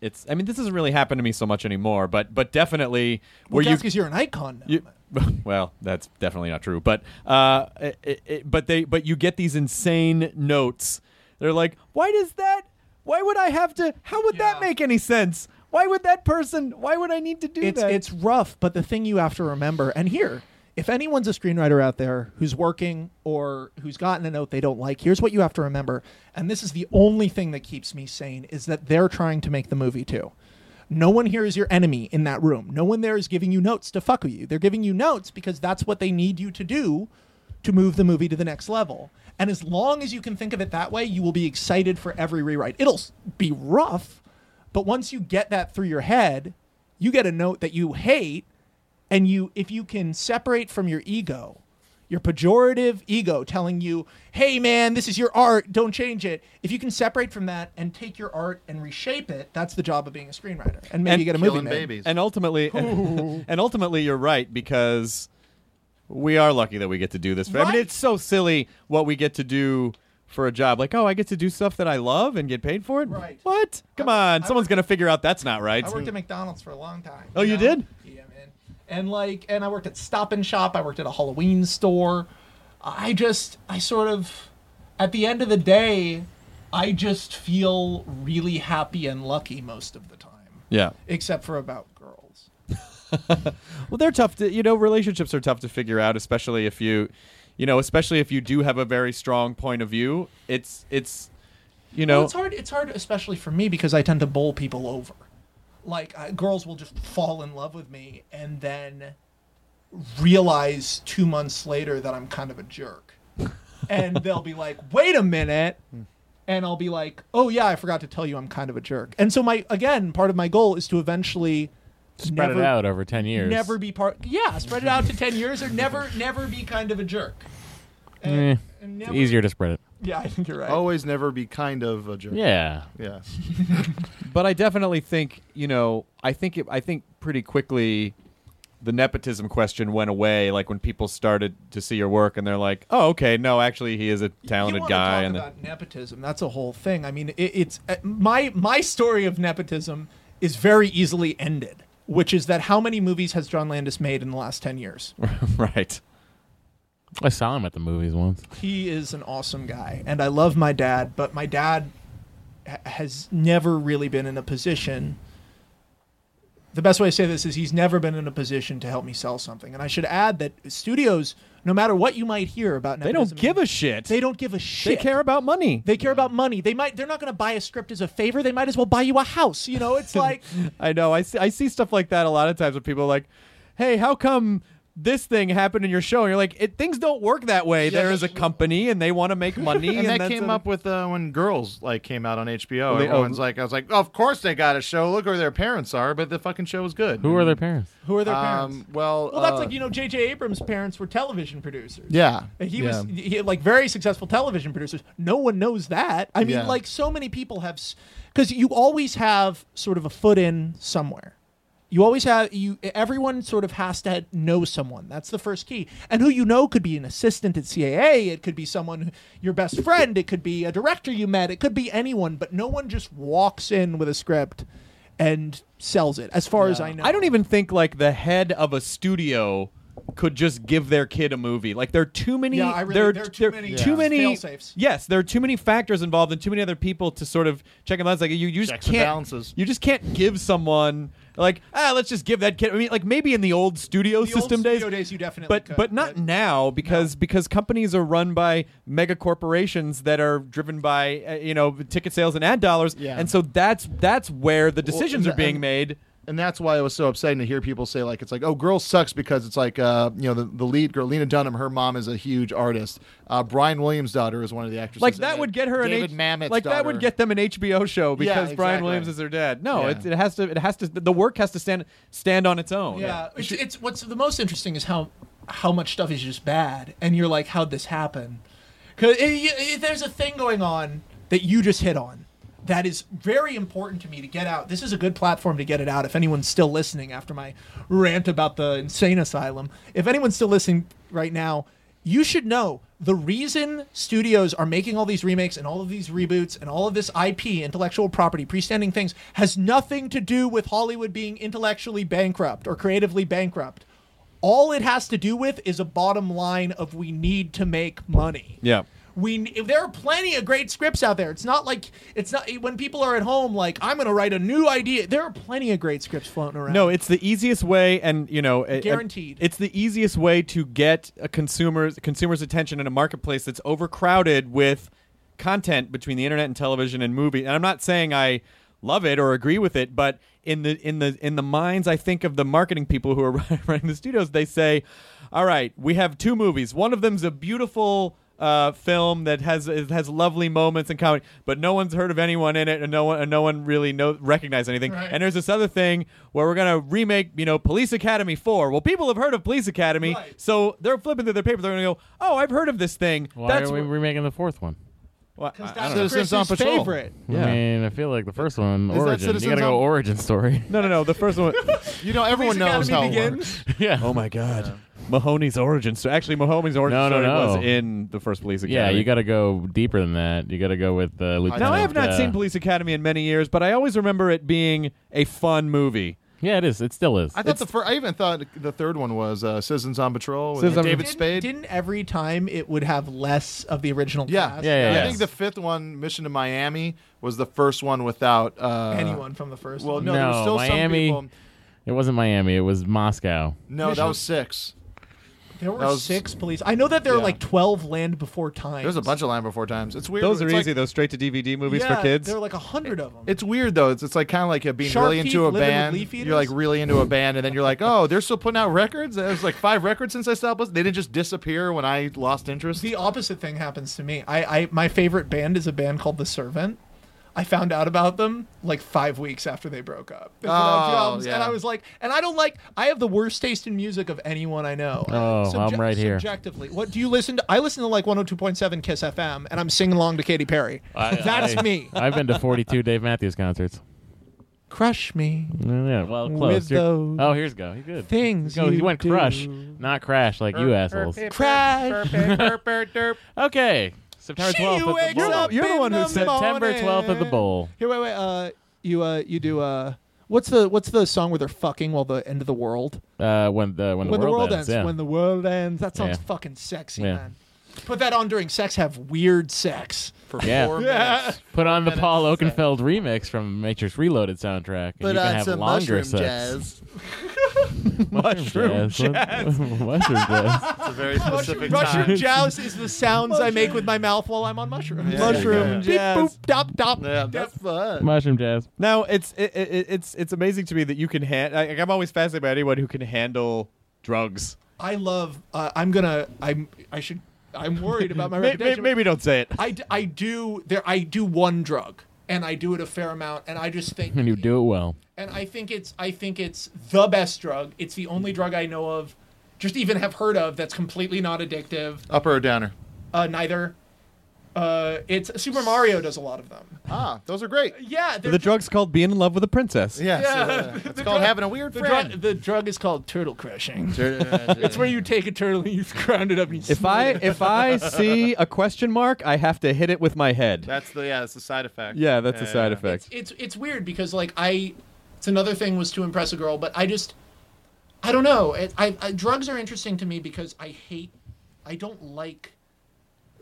it's. I mean, this doesn't really happen to me so much anymore, but but definitely where Well, you that's because you're an icon. Now. you, well, that's definitely not true. But uh, it, it, but they but you get these insane notes. They're like, why does that? Why would I have to? How would that Yeah. make any sense? Why would that person? Why would I need to do it's that? it's rough, but the thing you have to remember, and here, if anyone's a screenwriter out there who's working or who's gotten a note they don't like, here's what you have to remember, and this is the only thing that keeps me sane is that they're trying to make the movie too. No one here is your enemy in that room. No one there is giving you notes to fuck with you. They're giving you notes because that's what they need you to do to move the movie to the next level. And as long as you can think of it that way, you will be excited for every rewrite. It'll s- be rough, but once you get that through your head, you get a note that you hate, and you if you can separate from your ego, your pejorative ego telling you, "Hey man, this is your art, don't change it." If you can separate from that and take your art and reshape it, that's the job of being a screenwriter. And maybe And you get a movie Killing made. babies. and ultimately and, ultimately you're right because we are lucky that we get to do this i mean Right. it's so silly what we get to do for a job like oh i get to do stuff that i love and get paid for it Right. what come on someone's gonna figure out that's not right I worked at McDonald's for a long time. Oh, you did? Yeah, man. And like, and I worked at Stop and Shop. I worked at a Halloween store. I just, I sort of, at the end of the day, I just feel really happy and lucky most of the time, yeah except for about girls. well they're tough to you know relationships are tough to figure out especially if you you know especially if you do have a very strong point of view it's it's you know Well, it's hard. It's hard, especially for me, because I tend to bowl people over. Like I, girls will just fall in love with me and then realize two months later that I'm kind of a jerk, and they'll be like, "Wait a minute." Hmm. And I'll be like, oh, yeah, I forgot to tell you I'm kind of a jerk. And so, my again, part of my goal is to eventually Spread never, it out over 10 years. never be part, yeah, spread it out to 10 years or never, never be kind of a jerk. Eh, And, and it's never- easier to spread it. Yeah, I think you're right. Always never be kind of a jerk. Yeah. Yeah. but I definitely think you know I think it, I think pretty quickly the nepotism question went away like when people started to see your work and they're like oh okay no actually he is a talented you wanna guy Talk and about nepotism. That's a whole thing. I mean, it, it's uh, my my story of nepotism is very easily ended, which is that how many movies has John Landis made in the last ten years? right I saw him at the movies once. he is an awesome guy, and I love my dad, but my dad ha- has never really been in a position. The best way to say this is he's never been in a position to help me sell something, and I should add that studios, no matter what you might hear about, they nepotism, don't give a shit They don't give a They shit. care about money They care about money. They might they're not going to buy a script as a favor. They might as well buy you a house, you know? It's like I know I see I see stuff like that a lot of times where people are like hey how come this thing happened in your show and you're like it, things don't work that way there is a company and they want to make money and, And that that's came a- up with uh, when Girls like came out on HBO. They- oh. Everyone's like, I was like, of course they got a show. Look where their parents are, but the fucking show was good. Who are their parents? who are their parents? Um, well, well, that's uh, like, you know, JJ Abrams' parents were television producers. yeah, He yeah. was he, like very successful television producers. No one knows that. I mean, Yeah. like so many people have, because you always have sort of a foot in somewhere. You always have you. Everyone sort of has to know someone. That's the first key. And who you know could be an assistant at CAA. It could be someone who- your best friend. It could be a director you met. It could be anyone. But no one just walks in with a script and sells it. As far as I know, I don't even think like the head of a studio could just give their kid a movie. Like there are too many. Yeah, I really- there, there are too many, too uh, many- fail-safes. Yes, there are too many factors involved and too many other people to sort of check them out. It's like you, you just Checks and can't. balances. You just can't give someone Like, ah, let's just give that kid. I mean, like maybe in the old studio The old system studio days, you definitely but could, but not but- now because because companies are run by mega corporations that are driven by uh, you know ticket sales and ad dollars. Yeah. And so that's that's where the decisions and- are being and- made. and that's why it was so upsetting to hear people say like it's like oh girl sucks because it's like uh you know the, the lead girl Lena Dunham her mom is a huge artist uh Brian Williams' daughter is one of the actresses Like in that it. would get her David an H- Mamet's like that daughter. would get them an HBO show because Brian exactly. Williams is their dad. No, Yeah. it, it has to it has to the work has to stand stand on its own. Yeah, it's, it's what's the most interesting is how how much stuff is just bad, and you're like, how'd this happen? Because there's a thing going on that you just hit on that is very important to me to get out. This is a good platform to get it out. If anyone's still listening after my rant about the insane asylum, if anyone's still listening right now, you should know the reason studios are making all these remakes and all of these reboots and all of this IP, intellectual property, pre-standing things, has nothing to do with Hollywood being intellectually bankrupt or creatively bankrupt. All it has to do with is a bottom line of we need to make money. Yeah. We if there are plenty of great scripts out there. It's not like it's not when people are at home like I'm going to write a new idea. There are plenty of great scripts floating around. No, it's the easiest way, and you know, it- Guaranteed. It's the easiest way to get a consumer's consumer's attention in a marketplace that's overcrowded with content between the internet and television and movie. And I'm not saying I love it or agree with it, but in the in the in the minds, I think of the marketing people who are running the studios. They say, "All right, we have two movies. One of them's a beautiful." uh, film that has it has lovely moments and comedy, but no one's heard of anyone in it, and no one and no one really know recognize anything. And there's this other thing where we're gonna remake, you know, Police Academy four. Well, people have heard of Police Academy, Right. so they're flipping through their paper. They're gonna go, oh, I've heard of this thing. Why That's are we wh- remaking the fourth one? well, I- I that's don't know. Citizens Chris's on Patrol. favorite. I mean, I feel like the first one, that origin. You Citizens gotta go on- origin story. no, no, no. The first one. you know everyone Police knows how Academy it works. yeah. oh my God. Mahoney's origin story. Actually, Mahoney's origin No, no, story no. was in the first Police Academy. yeah, you gotta go deeper than that. You gotta go with uh, Lieutenant. Now I have not uh, seen Police Academy in many years, but I always remember it being a fun movie. Yeah, it is. It still is. I thought the fir- I even thought the third one was uh, Citizens on Patrol with Citizens on- David Didn't- Spade Didn't every time it would have less of the original yeah. cast? Yeah, yeah, I yeah. think the fifth one Mission to Miami was the first one without uh, Anyone from the first well one. no, there was still Miami. some people It wasn't Miami. It was Moscow. no that was six There were That was- six police. I know that there Yeah. are like twelve land before time. there's a bunch of Land Before Times it's weird Those are It's like- easy. Those straight to DVD movies yeah, for kids. There are like a hundred of them. It's weird though. It's, it's like kind of like uh, being Shark really teeth into a living with band. leaf You're like eaters? really into a band, and then you're like, oh, they're still putting out records. It was like five records since I stopped listening. They didn't just disappear when I lost interest. the opposite thing happens to me. I, I my favorite band is a band called The Servant. I found out about them like five weeks after they broke up. They put out Oh, drums, yeah. And I was like, and I don't like. I have the worst taste in music of anyone I know. Oh, I'm right here. Subjectively, what do you listen to? I listen to like 102.7 Kiss FM, and I'm singing along to Katy Perry. That's I- me. I've been to 42 Dave Matthews concerts. Crush me. Mm, Yeah, well, With close. You're- those oh, here's go. He's good. things Go. He you went do. crush, not crash, like you assholes. Crash. Okay, September She 12th at wakes the bowl. up You're the in one who the said- September 12th at the morning. bowl. Here, wait, wait. Uh, you, uh, you do. Uh, what's the what's the song where they're fucking while the end of the world? Uh, when the when, when the world, ends. yeah. When the world ends. That sounds Yeah. fucking sexy, Yeah. man. Put that on during sex. Have weird sex. for Yeah. four minutes. Put on the Paul Oakenfeld remix from Matrix Reloaded soundtrack. and you uh, can have longer sex. Mushroom Jazz. Mushroom jazz. It's a very specific Mushroom time. jouse is the sounds I make with my mouth while I'm on mushrooms. Yeah, Mushroom yeah. Beep, jazz. boop, dop, dop. Yeah, that's fun. Mushroom jazz. Now it's it, it, it's it's amazing to me that you can handle. Like, I'm always fascinated by anyone who can handle drugs. I love. Uh, I'm gonna. I'm. I should. I'm worried about my Maybe, reputation. maybe don't say it. I, d- I do there I do one drug and I do it a fair amount and I just think And you do it well. and I think it's I think it's the best drug. It's the only drug I know of, just even have heard of that's completely not addictive. Upper or downer? Uh, neither. Uh, it's Super Mario does a lot of them. Ah, those are great. Yeah, they're The drug's called being in love with a princess. Yes, uh, it's called having a weird The friend. drug, the drug is called turtle crushing. it's It's where you take a turtle and you ground it up and you If I if I see a question mark, I have to hit it with my head. That's the yeah. That's the side effect. yeah, that's a side effect. it's it's weird because like I, it's another thing was to impress a girl, but I just, I don't know. It, I, I drugs are interesting to me because I hate, I don't like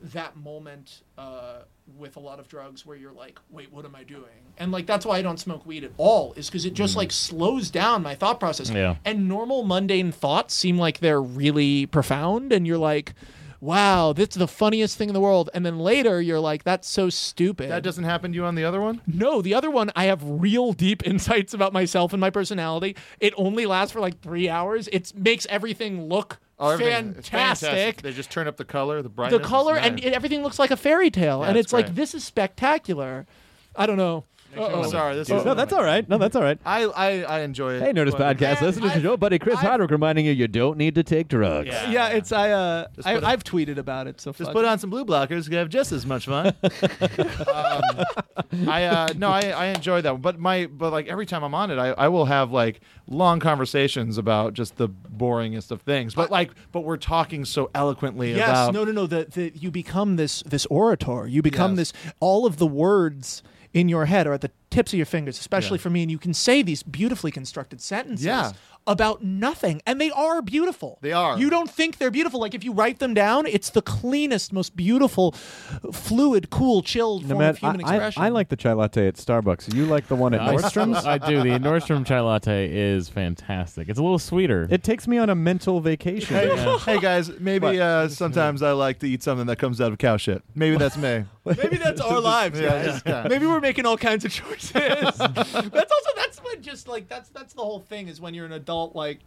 that moment uh, with a lot of drugs where you're like, wait, what am I doing? And like that's why I don't smoke weed at all is because it just like slows down my thought process. Yeah. And normal mundane thoughts seem like they're really profound, and you're like. Wow, that's the funniest thing in the world. And then later, you're like, "That's so stupid." That doesn't happen to you on the other one? No, the other one, I have real deep insights about myself and my personality. It only lasts for like three hours. It makes everything look Oh, everything- fantastic. it's They just turn up the color, the brightness. The color It's and nice. it, everything looks like a fairy tale. Yeah, and it's it's like, great. this is spectacular. I don't know. I'm sorry. This is Oh, No, that's all right. No, that's all right. I, I, I enjoy it. Hey, Notice But- Podcast listeners, it's your buddy Chris Hardwick reminding you you don't need to take drugs. Yeah, it's I. Uh, I put a- I've tweeted about it. So Just fuck put it. on some blue blockers. You can have just as much fun. um, I uh, no, I, I enjoy that one, but my but like every time I'm on it, I, I will have like long conversations about just the boringest of things. But like, but we're talking so eloquently Yes, about no, no, no. That the, you become this this orator. You become Yes. this. All of the words in your head are at the tips of your fingers, especially for me. And you can say these beautifully constructed sentences Yeah. about nothing, and they are beautiful. They are. You don't think they're beautiful. Like if you write them down, it's the cleanest, most beautiful, fluid, cool, chilled No, form Matt, of human I, I, expression. I like the chai latte at Starbucks. You like the one at Nordstrom's? I do. The Nordstrom chai latte is fantastic. It's a little sweeter. It takes me on a mental vacation. Hey, hey guys, maybe uh, sometimes I like to eat something that comes out of cow shit. Maybe that's me. Maybe that's our lives, guys. yeah. Maybe we're making all kinds of choices. that's also that's what just like that's that's the whole thing is when you're an adult like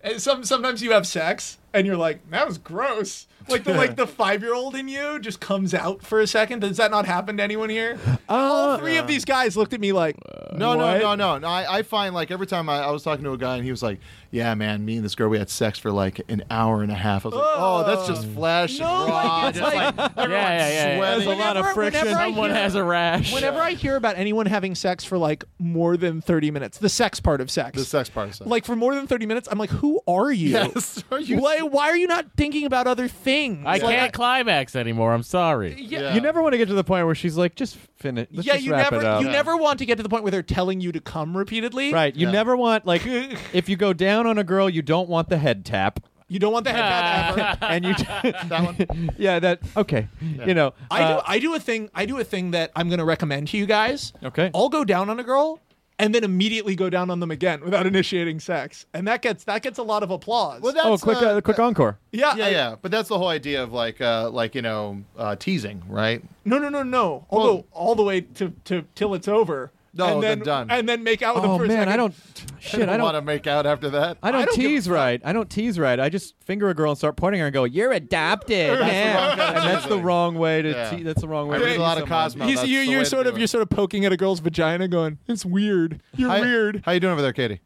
and some sometimes you have sex and you're like that was gross. Like the like the 5-year-old in you just comes out for a second. Does that not happen to anyone here? all three of these guys looked at me like No, What? no, no, no, no. I, I find like every time I, I was talking to a guy and he was like, "Yeah, man, me and this girl, we had sex for like an hour and a half." I was like, "Oh, that's just flesh, and No, raw, like, it's just like- yeah, yeah, yeah. sweating." There's a lot of Whenever- friction. whenever I Someone hear- has a rash. Whenever I hear about anyone having sex for like more than 30 minutes, the sex part of sex. The sex part of sex. Like for more than 30 minutes, I'm like, who are you? Yes, are you- Why, why are you not thinking about other things? I Like, can't climax anymore. I'm sorry. Yeah. Yeah. You never want to get to the point where she's like, just finish. Let's yeah, just you wrap never it up. you never want to get to the point where they're telling you to come repeatedly. Right. You Yeah. never want like if you go down on a girl, you don't want the head tap. You don't want the head tap ever. And you that one. Yeah, that okay. You know. I uh, do I do a thing I do a thing that I'm gonna recommend to you guys. Okay. I'll go down on a girl and then immediately go down on them again without initiating sex. And that gets that gets a lot of applause. Well, that's, Oh, quick uh, uh, quick encore. yeah, yeah, I- yeah. But that's the whole idea of like, uh, like you know, uh, teasing, right? No, no, no, no. I'll Well- go all the way to, to till it's over. No, and then then done. And then make out with them Oh for a man, second. I don't shit, I want to don't make out after that. I don't I don't give tease right. I don't tease right. I just finger a girl and start pointing at her and go, "You're adopted." man." kind of and that's the teasing. wrong way to Yeah. te- that's the wrong way. I to read tease a lot of someone. Cosmo. You see, That's you, the you're way to sort do of it. you're sort of poking at a girl's vagina, going, "It's weird. You're Hi- weird." How you doing over there, Katie?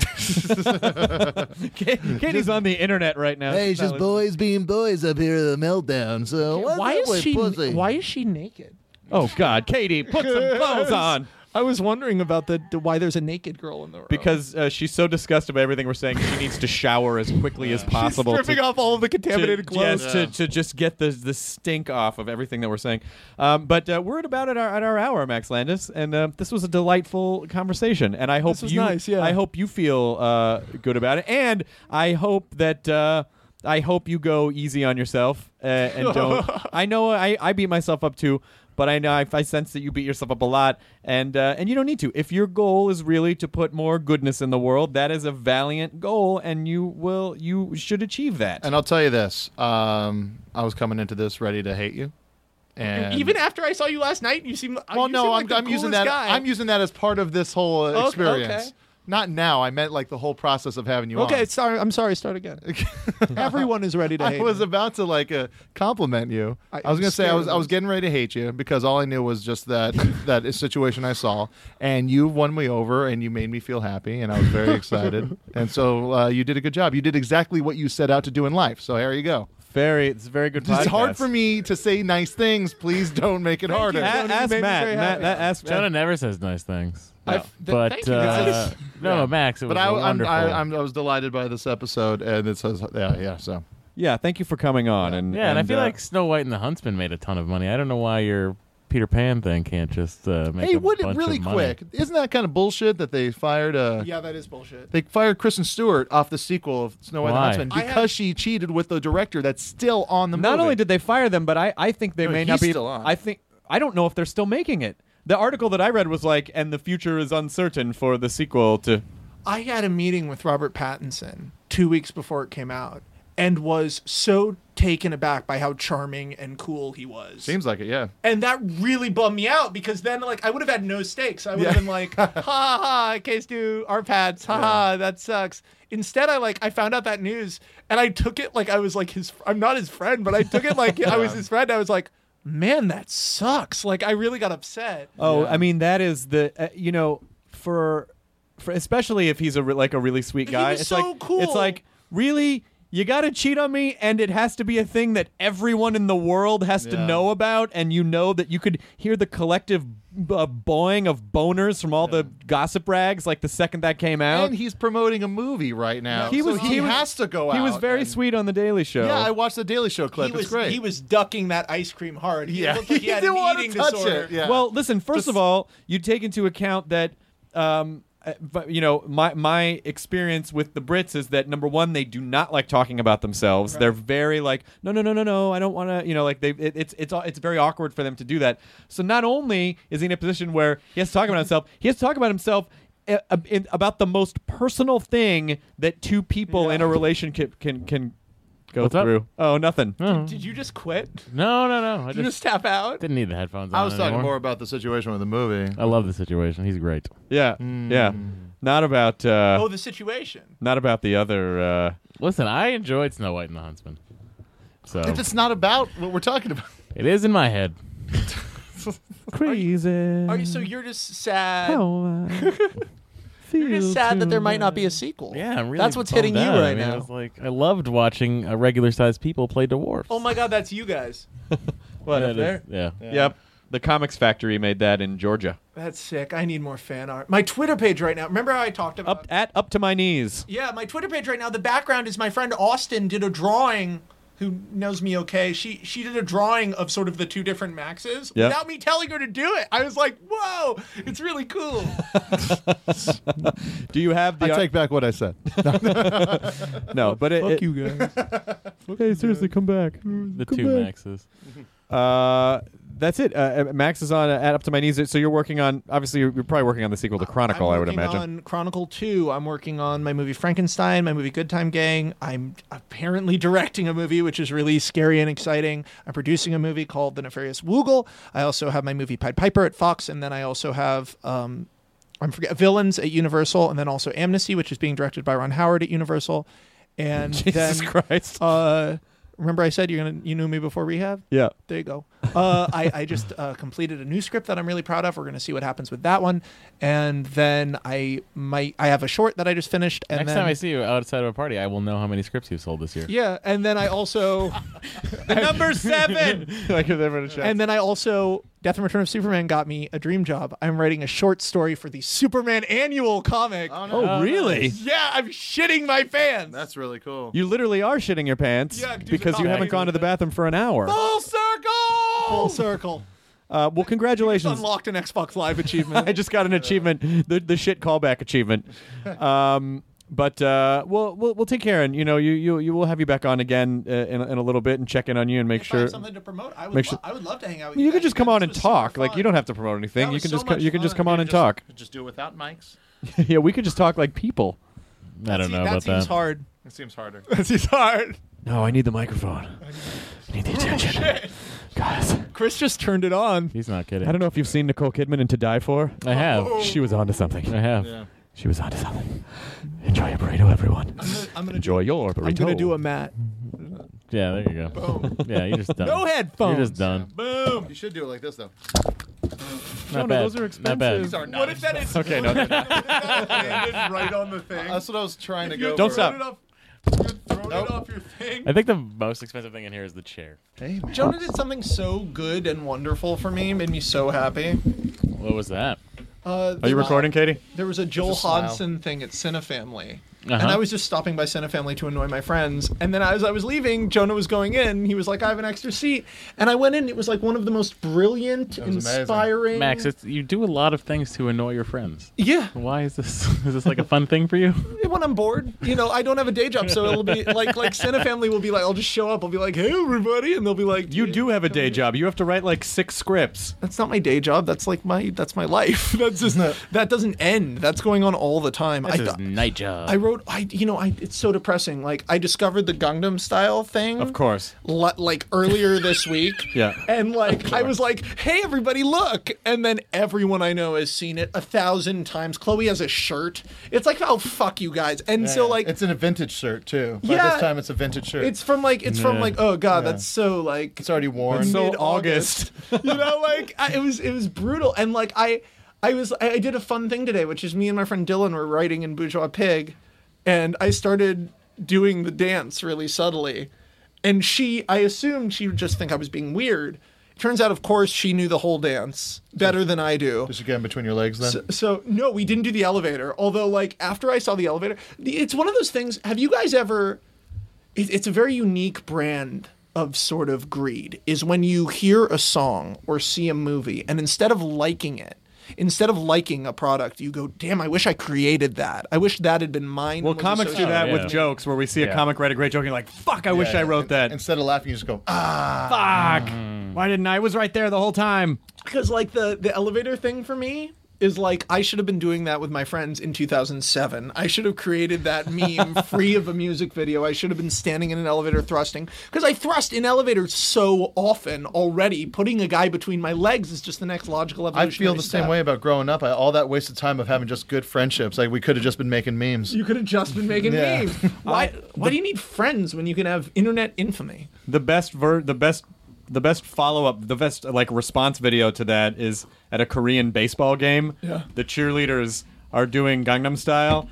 Ka- Katie's on the internet right now. She's not listening. boys being boys up here at the meltdown. So Why is she naked? Oh God, Katie, put some clothes on. I was wondering about the, the why there's a naked girl in the room Because uh, she's so disgusted by everything we're saying, she needs to shower as quickly as she's possible. stripping to- off all of the to, contaminated yes, clothes. to, to just get the the stink off of everything that we're saying. Um, but uh, we're at about at our at our hour, Max Landis, and uh, this was a delightful conversation. And I hope This was you, nice, yeah. I hope you feel uh, good about it, and I hope that. Uh, I hope you go easy on yourself uh, and don't. I know I, I beat myself up too, but I know I, I sense that you beat yourself up a lot, and uh, and you don't need to. If your goal is really to put more goodness in the world, that is a valiant goal, and you will you should achieve that. And I'll tell you this: um, I was coming into this ready to hate you, and Even after I saw you last night, you seem well, you no, seem I'm, like the I'm using coolest that. Guy. I'm using that as part of this whole uh, Okay, experience. okay. Not now. I meant like the whole process of having you on. Okay, sorry. I'm sorry. Start again. Everyone is ready to. I hate was me. about to like uh, compliment you. I- I, was gonna say I scared was of I was this. getting ready to hate you because all I knew was just that that situation I saw, and you won me over and you made me feel happy and I was very excited. and so uh, you did a good job. You did exactly what you set out to do in life. So here you go. Very, it's a very good. It's podcast. hard for me to say nice things. Please don't make it A- harder. Jonah, you ask made me Matt. very Matt, happy. Matt, ask Jonah Matt. never says nice things. I've- th- thank But you, uh, guys. no, Max, it was But I, I'm, wonderful. I, I'm, I was delighted by this episode, and it says, yeah, yeah. So Yeah, thank you for coming on. And yeah, and, I feel uh, like Snow White and the Huntsman made a ton of money. I don't know why your Peter Pan thing can't just uh, make hey, a what? bunch Really of money. quick, isn't that kind of bullshit that they fired? Uh, Yeah, that is bullshit. They fired Kristen Stewart off the sequel of Snow White Why? and the I Huntsman have- because she cheated with the director that's still on the Not movie. only did they fire them, but I, I think they No, may he's not be. still on. I think I don't know if they're still making it. The article that I read was like, and the future is uncertain for the sequel to. I had a meeting with Robert Pattinson two weeks before it came out and was so taken aback by how charming and cool he was. seems like it, yeah. and that really bummed me out because then like I would have had no stakes. I would have been like, ha ha, case do our pads, ha ha, that sucks. Instead, I like I found out that news and I took it like I was like his. I'm not his friend, but I took it like I was his friend. I was like, man, that sucks. Like I really got upset. Uh, Oh, I mean that is the uh, you know for, for especially if he's a re- like a really sweet He guy. was it's so like cool. it's like really you got to cheat on me and it has to be a thing that everyone in the world has to Yeah. know about and you know that you could hear the collective b- uh, bawing of boners from all the gossip rags like the second that came out. And he's promoting a movie right now. He so was- he, he was- has to go out. he was very and- sweet on the Daily Show. Yeah, I watched the Daily Show clip. he was it's great. he was ducking that ice cream hard. He yeah, looked like he, had an wanna eating disorder. Yeah. Well, listen. First of all, you take into account that, um, uh, but, you know, my my experience with the Brits is that number one, they do not like talking about themselves. They're very like, no, no, no, no, no. I don't want to. You know, like they, it, it's it's au- it's very awkward for them to do that. So not only is he in a position where he has to talk about himself, he has to talk about himself. uh, uh, In, about the most personal thing that two people in a relationship can can go What's up? through. Oh, nothing. Did you just quit? Did No, no, no. I you just just tap out? didn't need the headphones. I on was talking anymore. more about the situation with the movie. I love the situation. He's great. Yeah, yeah. Not about. Uh, Oh, the situation. Not about the other. Uh, Listen, I enjoyed Snow White and the Huntsman. So If it's not about what we're talking about. it is in my head. crazy. Are you so you're just sad? You're You're just sad that there might not be a sequel. Yeah, I'm really. That's what's bummed hitting you out. I right mean, I now. was like, I loved watching uh, regular sized people play dwarfs. Oh my god, that's you guys. What Yeah, up it there? is- yeah. Yep. The Comics Factory made that in Georgia. That's sick. I need more fan art. My Twitter page right now. Remember how I talked about? Up at up to my knees. yeah, my Twitter page right now. The background is my friend Austin did a drawing. Who knows me? Okay, she she did a drawing of sort of the two different Maxes Yep. without me telling her to do it. I was like, whoa, it's really cool. Do you have the I ar- take back what I said. no? But it, it- guys. Hey, seriously, come back. the two maxes. Uh, that's it. Uh, Max is on uh, at up to my knees. So you're working on. Obviously, you're, you're probably working on the sequel to Chronicle. I'm I would working imagine. On Chronicle Two, I'm working on my movie Frankenstein, my movie Good Time Gang. I'm apparently directing a movie which is really scary and exciting. I'm producing a movie called The Nefarious Woogle. I also have my movie Pied Piper at Fox, and then I also have um, I'm forget Villains at Universal, and then also Amnesty, which is being directed by Ron Howard at Universal. And Jesus then, Christ. uh, remember I said you're gonna you knew me before rehab. yeah. There you go. Uh, I, I just uh, completed a new script that I'm really proud of. We're going to see what happens with that one, and then I might I have a short that I just finished. And Next then, time I see you outside of a party, I will know how many scripts you've sold this year. yeah, and then I also Number seven. like if they're in a chat. and then I also Death and Return of Superman got me a dream job. I'm writing a short story for the Superman annual comic. oh, really? Yeah, I'm shitting my fans. That's really cool. You literally are shitting your pants Yeah, dude, because you I'm haven't gone to the bathroom for an hour. full circle. Full circle. Uh, well, Just congratulations. unlocked an Xbox Live achievement. I just got an achievement, the the shit callback achievement. Um, but uh, we'll, we'll we'll take care, and you know, you you you will have you back on again uh, in, a- in a little bit and check in on you and make If I sure. have something to promote, I would, Make lo- sure- I would love to hang out with you. You can guys. just come on and This was super talk. Like fun. you don't have to promote anything. That You was can so just co- much you can just fun. come on and talk. Just do it without mics. yeah, we could just talk like people. I don't See, know that about seems that. hard. It seems harder. That seems hard. No, I need the microphone. I Oh, need the attention, guys. Chris just turned it on. He's not kidding. I don't know if you've seen Nicole Kidman in To Die For. I have. Oh. She was onto something. I have. She was onto something. Enjoy your burrito, everyone. I'm gonna Enjoy your burrito. I'm gonna do a Matt. Yeah, there you go. Yeah, you're just done. No headphones. You're just done. Boom. You should do it like this though. Not no, bad. those are Not bad. expensive. are not. What if that is okay? no, they're right on the thing. That's what I was trying to You go. Don't for. stop. thrown it off- you thrown Nope. it off your thing. I think the most expensive thing in here is the chair. Jonah did something so good and wonderful for me, made me so happy. What was that? Uh, Are you recording, Katie? There was a Joel smile. Hodson thing at Cinefamily Uh-huh. and I was just stopping by Santa Family to annoy my friends. And then as I was leaving, Jonah was going in. He was like, "I have an extra seat," and I went in. It was like one of the most brilliant, was amazing. inspiring. Max, it's, you do a lot of things to annoy your friends. yeah. Why is this? Is this like a fun thing for you? When I'm bored, you know, I don't have a day job, so it'll be like like Santa Family will be like, I'll just show up. I'll be like, "Hey, everybody," and they'll be like, You do have a day job. You have to write like six scripts. that's not my day job. That's like my that's my life. That's just that doesn't end. That's going on all the time. I, This is night job. I wrote I you know I it's so depressing. Like I discovered the Gundam style thing. Of course. li- like earlier this week. Yeah. And like I was like, "Hey everybody, look!" And then everyone I know has seen it a thousand times. Chloe has a shirt. It's like, "Oh fuck you guys!" And so like it's in a vintage shirt too. By Yeah. this time, it's a vintage shirt. It's from like it's from Yeah. like oh god, that's so like it's already worn. It's so mid-August. you know, like I, it was it was brutal. And like I I was I, I did a fun thing today, which is me and my friend Dylan were writing in Bourgeois Pig, and I started doing the dance really subtly. And she, I assumed she would just think I was being weird. Turns out, of course, she knew the whole dance better than I do. Just again between your legs then. So no, we didn't do the elevator. Although, like after I saw the elevator, the- it's one of those things. Have you guys ever? It, it's a very unique brand of sort of greed. Is when you hear a song or see a movie, and instead of liking it, instead of liking a product, you go, "Damn, I wish I created that. I wish that had been mine." and Well, was comics do associated that yeah. with jokes where we see a Yeah. comic write a great joke and you're like, fuck, I wish I wrote that. Instead of laughing, you just go, ah. fuck. Why didn't I? I was right there the whole time. because like the the elevator thing for me is like I should have been doing that with my friends in 2007. I should have created that meme free of a music video. I should have been standing in an elevator thrusting because I thrust in elevators so often already. Putting a guy between my legs is just the next logical I evolution. feel the same way about growing up. I, all that wasted time of having just good friendships. Like we could have just been making memes. You could have just been making Yeah. memes. Why why do you need friends when you can have internet infamy? The best ver the best the best follow up the best like response video to that is at a Korean baseball game. Yeah. The cheerleaders are doing Gangnam style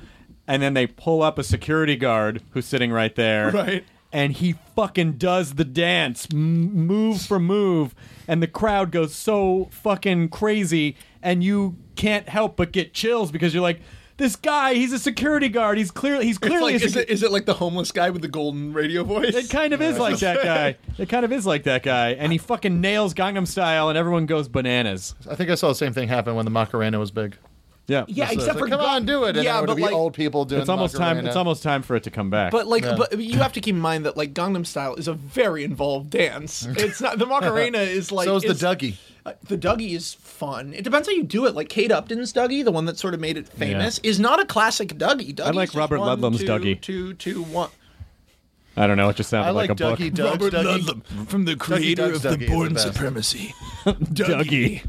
and then they pull up a security guard who's sitting right there. Right. And he fucking does the dance m- move for move and the crowd goes so fucking crazy and you can't help but get chills because you're like this guy, he's a security guard. He's clearly he's clearly a secu- is it like the homeless guy with the golden radio voice? it kind of is like that guy. It kind of is like that guy. And he fucking nails Gangnam Style and everyone goes bananas. I think I saw the same thing happen when the Macarena was big. Yeah. yeah, So it's except like, for come on, do it. And yeah, it would but be like, old people doing It's almost time Macarena. it's almost time for it to come back. But like, but you have to keep in mind that like Gangnam Style is a very involved dance. It's not the Macarena is like so is the it's- Dougie. uh, the Dougie is fun. It depends how you do it. Like Kate Upton's Dougie, the one that sort of made it famous, is not a classic Dougie. Dougie's like just Robert one, Ludlum's two, Dougie. Two, two, one. I don't know, it just sounded I like, a book. Dougie Doug's Dougie. from the creator Doug's of the Dougie is the Bourne best. Supremacy. Dougie.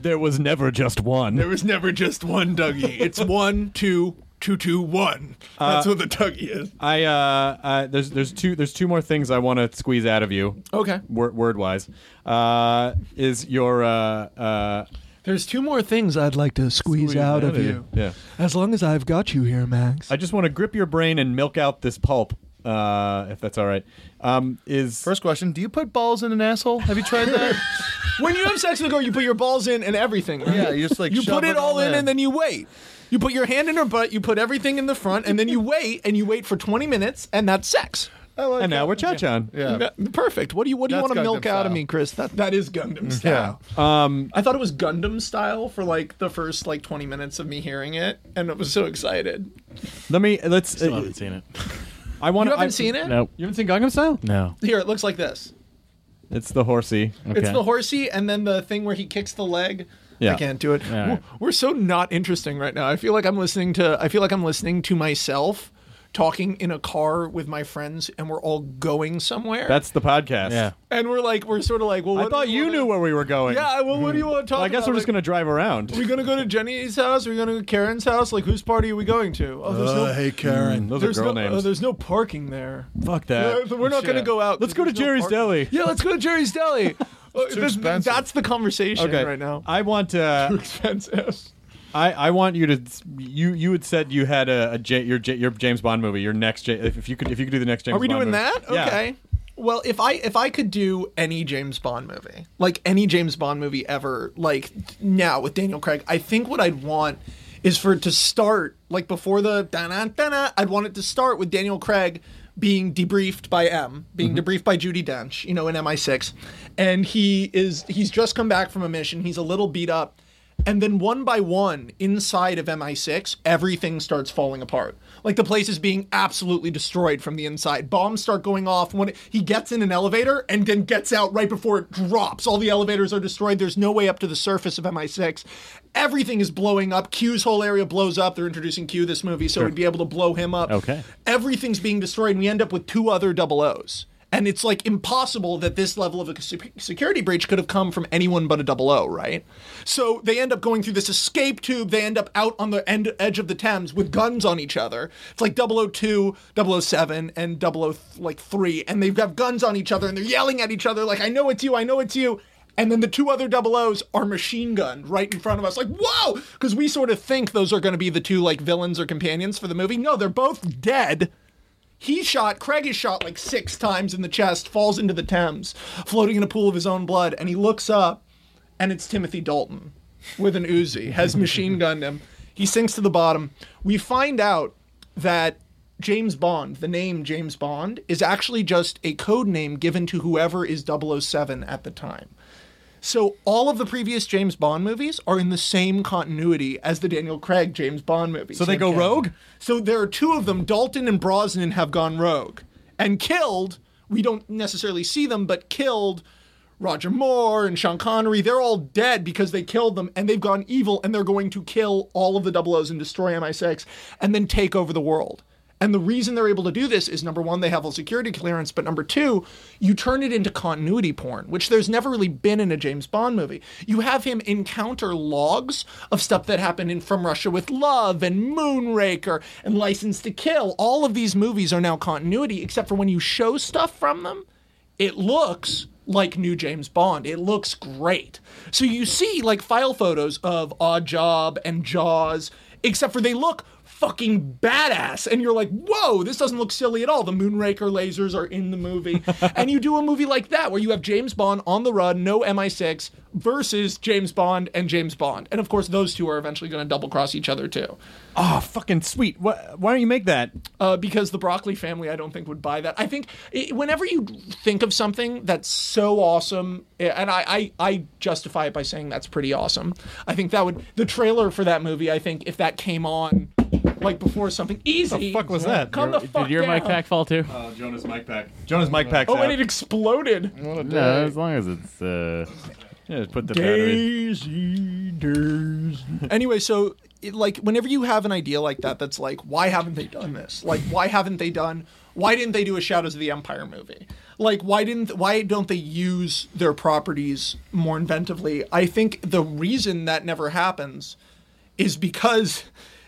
There was never just one. was never just one Dougie. It's one, two, two, two, one. That's Uh, what the Dougie is. I uh, uh there's there's two there's two more things I want to squeeze out of you. Oh. Okay. Word, word wise. Uh is your uh uh There's two more things I'd like to squeeze, out of you. Yeah. As long as I've got you here, Max. I just want to grip your brain and milk out this pulp. Uh, if that's all right, um, is First question: Do you put balls in an asshole? Have you tried that? When you have sex with a girl, you put your balls in and everything. Right? Yeah, you just, like, you shove put it it all all in, in. and then you wait. You put your hand in her butt. You put everything in the front, and then you wait and you wait for twenty minutes, and that's sex. I like and now that. we're cha chan. Oh, yeah. That- perfect. What do you What do you That's want to milk Gundam out of style. me, Chris? That that is Gundam style. Um, I thought it was Gundam style for like the first like twenty minutes of me hearing it, and I was so excited. Let me. Let's. uh, Still haven't seen it. I want. You haven't seen it? Nope. You haven't seen Gangnam Style? No. Here, it looks like this. It's the horsey. Okay. It's the horsey, and then the thing where he kicks the leg. Yeah. I can't do it. right. We're- We're so not interesting right now. I feel like I'm listening to. I feel like I'm listening to myself talking in a car with my friends, and we're all going somewhere. That's the podcast. Yeah. and we're like, we're sort of like, well, I what thought do we you wanna- knew where we were going. Yeah. Well, what do you want to talk? Well, I guess about? we're just Like, gonna drive around. Are we gonna go to Jenny's house? Are we gonna go to Karen's house? Like, whose party are we going to? Oh, there's no. hey Karen. Uh, Mm, Those There's are girl no, names. oh, there's no parking there. Fuck that. Yeah, we're not going to Yeah. go out. Let's 'cause go to there's no Jerry's parking. Deli. Yeah, let's go to Jerry's Deli. Uh, this- expensive. That's the conversation Okay. right now. I want. Uh, expensive. I, I want you to. You you had said you had a, a J, your J, your James Bond movie. Your next J, if if you could if you could do the next James. Are we Bond doing movie. that? Yeah. Okay. Well, if I if I could do any James Bond movie, like any James Bond movie ever, like now with Daniel Craig, I think what I'd want is for it to start like before the da-na, da-na, I'd want it to start with Daniel Craig being debriefed by M, being Mm-hmm. debriefed by Judy Dench, you know, in MI6, and he is he's just come back from a mission. He's a little beat up. And then one by one, inside of MI6, everything starts falling apart. Like the place is being absolutely destroyed from the inside. Bombs start going off when he gets in an elevator and then gets out right before it drops. All the elevators are destroyed. There's no way up to the surface of MI6. Everything is blowing up. Q's whole area blows up. They're introducing Q this movie, so we'd be able to blow him up. Okay. Everything's being destroyed, and we end up with two other double O's. And it's like impossible that this level of a sec- security breach could have come from anyone but a double O, right? So they end up going through this escape tube. They end up out on the end edge of the Thames with guns on each other. It's like 002, 007, and 00, like three, and they've got guns on each other and they're yelling at each other like, "I know it's you, I know it's you." And then the two other double O's are machine gunned right in front of us. Like, whoa! Because we sort of think those are going to be the two like villains or companions for the movie. No, they're both dead. He shot, Craig is shot like six times in the chest, falls into the Thames, floating in a pool of his own blood, and he looks up, and it's Timothy Dalton with an Uzi, has machine gunned him. He sinks to the bottom. We find out that James Bond, the name James Bond, is actually just a code name given to whoever is 007 at the time. So all of the previous James Bond movies are in the same continuity as the Daniel Craig James Bond movies. So they go rogue? So there are two of them. Dalton and Brosnan have gone rogue and killed. We don't necessarily see them, but killed Roger Moore and Sean Connery. They're all dead because they killed them and they've gone evil and they're going to kill all of the 00s and destroy MI6 and then take over the world. And the reason they're able to do this is number one, they have a security clearance, but number two, you turn it into continuity porn, which there's never really been in a James Bond movie. You have him encounter logs of stuff that happened in From Russia with Love and Moonraker and License to Kill. All of these movies are now continuity, except for when you show stuff from them, it looks like new James Bond. It looks great. So you see like file photos of Odd Job and Jaws, except for they look fucking badass and you're like whoa this doesn't look silly at all the moonraker lasers are in the movie and you do a movie like that where you have james bond on the run no mi6 versus james bond and james bond and of course those two are eventually going to double cross each other too Oh, fucking sweet. Why, why don't you make that? uh, because the broccoli family i don't think would buy that i think i whenever you think of something that's so awesome and I, I i justify it by saying that's pretty awesome i think that would the trailer for that movie i think if that came on like before something easy The fuck was that? come the fuck Did your down. mic pack fall too? Oh. Uh, Jonah's mic pack. Jonah's mic pack's oh out. and it exploded no, as long as it's. Uh, Yeah, just put the battery. anyway, so it, like whenever you have an idea like that, that's like, why haven't they done this? Like, why haven't they done? Why didn't they do a Shadows of the Empire movie? Like, why didn't? Why don't they use their properties more inventively? I think the reason that never happens is because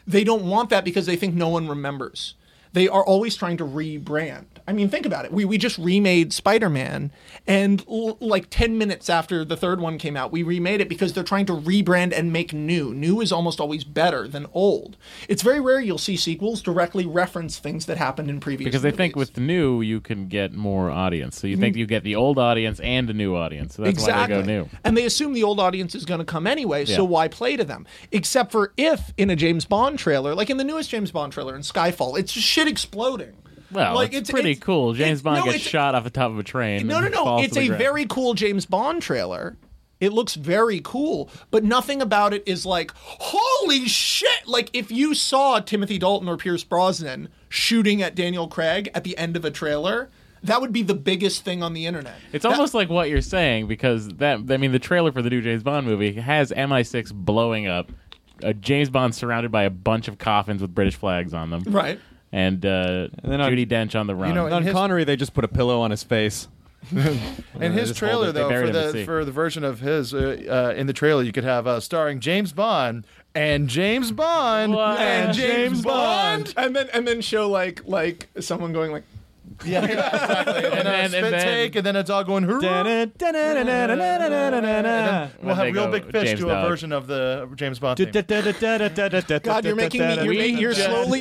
they don't want that because they think no one remembers. They are always trying to rebrand. I mean, think about it. We, we just remade Spider Man, and l- like 10 minutes after the third one came out, we remade it because they're trying to rebrand and make new. New is almost always better than old. It's very rare you'll see sequels directly reference things that happened in previous because they think movies. with the new you can get more audience. So you Mm-hmm. think you get the old audience and a new audience. So that's why they go new. And they assume the old audience is going to come anyway, so why play to them? Except for if in a James Bond trailer, like in the newest James Bond trailer in Skyfall, it's just shit exploding. Well, like, it's, pretty it's- cool. James it's- Bond no, gets it's- shot off the top of a train. No, no, and no. falls to It's the a ground. very cool James Bond trailer. It looks very cool, but nothing about it is like, holy shit! Like, if you saw Timothy Dalton or Pierce Brosnan shooting at Daniel Craig at the end of a trailer, that would be the biggest thing on the internet. It's almost like what you're saying because that I mean the trailer for the new James Bond movie has MI6 blowing up, a James Bond surrounded by a bunch of coffins with British flags on them, Right. And, uh, then on- Judy Dench on the run. know, On His- Connery, they just put a pillow on his face. And they just his hold it. trailer, They though, buried for him at the sea. for the version of his uh, uh, in the trailer, you could have uh, starring James Bond and James Bond What? and Yeah. James Bond. And then and then show like like someone going like and, then- then, and spit then- take, and then it's all going hoorah. We'll When have they real go, big fish James do a Dog. version of the James Bond. Theme. God, God, you're making me- you're ma- you're slowly-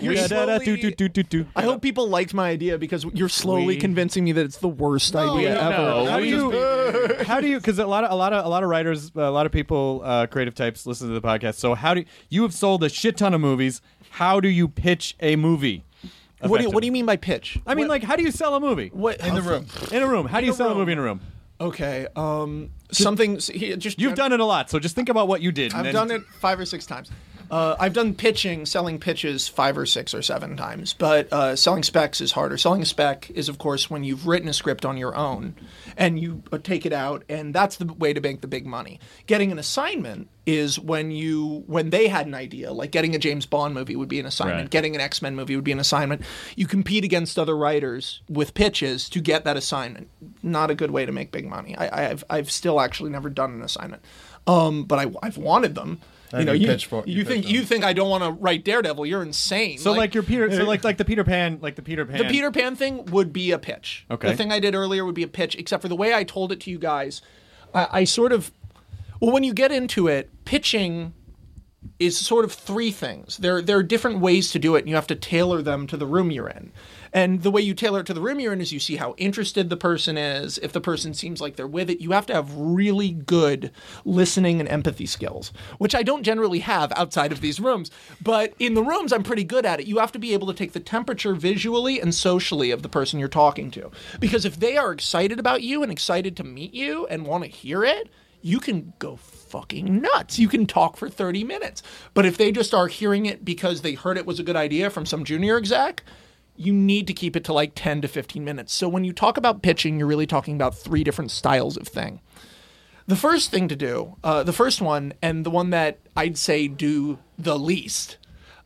you're slowly- I hope people liked my idea because you're slowly We- convincing me that it's the worst idea no, ever. no, How do we- you- how do you? Because a lot of a lot of a lot of writers, a lot of people, uh, creative types, listen to the podcast. So how do you, you have sold a shit ton of movies? How do you pitch a movie? What do you, effectively? what do you mean by pitch? I mean, like, how do you sell a movie? what in the room. In a room. How do you a sell a room. movie in a room? Okay, um, something. s- Here, just You've done it a lot, so just think about what you did. and I've then- done it five or six times. Uh, I've done pitching, selling pitches five or six or seven times, but uh, selling specs is harder. Selling a spec is, of course, when you've written a script on your own and you uh, take it out, and that's the way to make the big money. Getting an assignment is when you when they had an idea, like getting a James Bond movie would be an assignment, Right. getting an X Men movie would be an assignment. You compete against other writers with pitches to get that assignment. Not a good way to make big money. I, I've I've still actually never done an assignment, um, but I, I've wanted them you And know, you you, pitch for- you you think pitch them. you think I don't want to write Daredevil? You're insane. So like, your Peter, so like like the Peter Pan, like the Peter Pan. the Peter Pan thing would be a pitch. Okay. The thing I did earlier would be a pitch, except for the way I told it to you guys. I, I sort of, well, when you get into it, pitching is sort of three things. There, there are different ways to do it, and you have to tailor them to the room you're in. And the way you tailor it to the room you're in is you see how interested the person is. If the person seems like they're with it, you have to have really good listening and empathy skills, which I don't generally have outside of these rooms. But in the rooms, I'm pretty good at it. You have to be able to take the temperature visually and socially of the person you're talking to. Because if they are excited about you and excited to meet you and want to hear it, you can go fucking nuts. You can talk for 30 minutes. But if they just are hearing it because they heard it was a good idea from some junior exec, you need to keep it to like 10 to 15 minutes. So when you talk about pitching, you're really talking about three different styles of thing. The first thing to do, uh, the first one, and the one that I'd say do the least,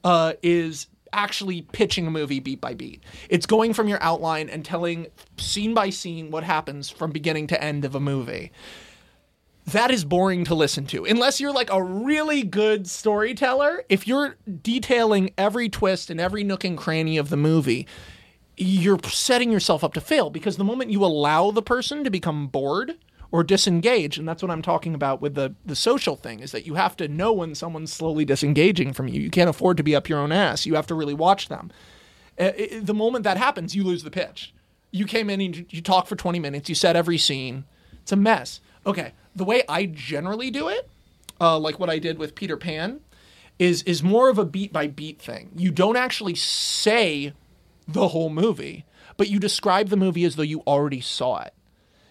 uh, is actually pitching a movie beat by beat. It's going from your outline and telling scene by scene what happens from beginning to end of a movie that is boring to listen to unless you're like a really good storyteller if you're detailing every twist and every nook and cranny of the movie you're setting yourself up to fail because the moment you allow the person to become bored or disengage and that's what i'm talking about with the the social thing is that you have to know when someone's slowly disengaging from you you can't afford to be up your own ass you have to really watch them uh, it- the moment that happens, you lose the pitch. You came in and you, you talked for 20 minutes, you said every scene. It's a mess. Okay, the way I generally do it, uh, like what I did with Peter Pan, is is more of a beat by beat thing. You don't actually say the whole movie, but you describe the movie as though you already saw it.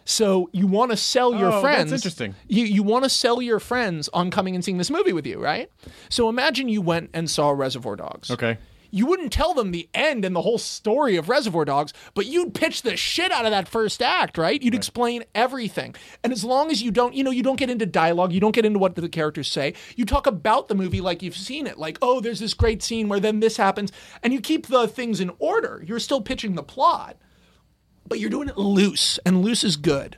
So you want to sell your Oh, that's friends. interesting. You you want to sell your friends on coming and seeing this movie with you, right? So imagine you went and saw Reservoir Dogs Okay. you wouldn't tell them the end and the whole story of Reservoir Dogs, but you'd pitch the shit out of that first act, right? You'd explain everything. And as long as you don't, you know, you don't get into dialogue, you don't get into what the characters say. You talk about the movie like you've seen it, like, oh, there's this great scene where then this happens, and you keep the things in order. You're still pitching the plot, but you're doing it loose, and loose is good.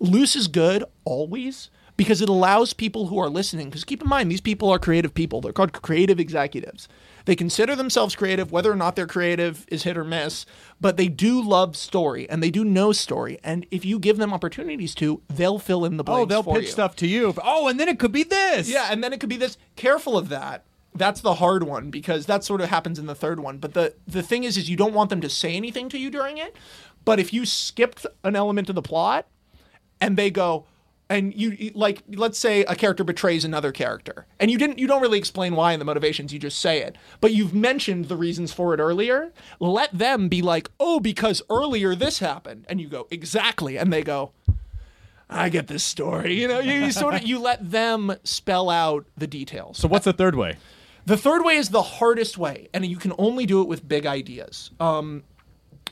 Loose is good always because it allows people who are listening, because keep in mind, these people are creative people. They're called creative executives. They consider themselves creative, whether or not they're creative is hit or miss, but they do love story and they do know story. And if you give them opportunities to, they'll fill in the blanks. Oh, they'll for pitch you. stuff to you. Oh, and then it could be this. Yeah, and then it could be this. Careful of that. That's the hard one because that sort of happens in the third one. But the the thing is, is you don't want them to say anything to you during it. But if you skipped an element of the plot, and they go, and you like, let's say a character betrays another character, and you didn't, you don't really explain why and the motivations. You just say it, but you've mentioned the reasons for it earlier. Let them be like, oh, because earlier this happened, and you go exactly, and they go, I get this story. You know, you, you sort of you let them spell out the details. So what's the third way? The third way is the hardest way, and you can only do it with big ideas. Um,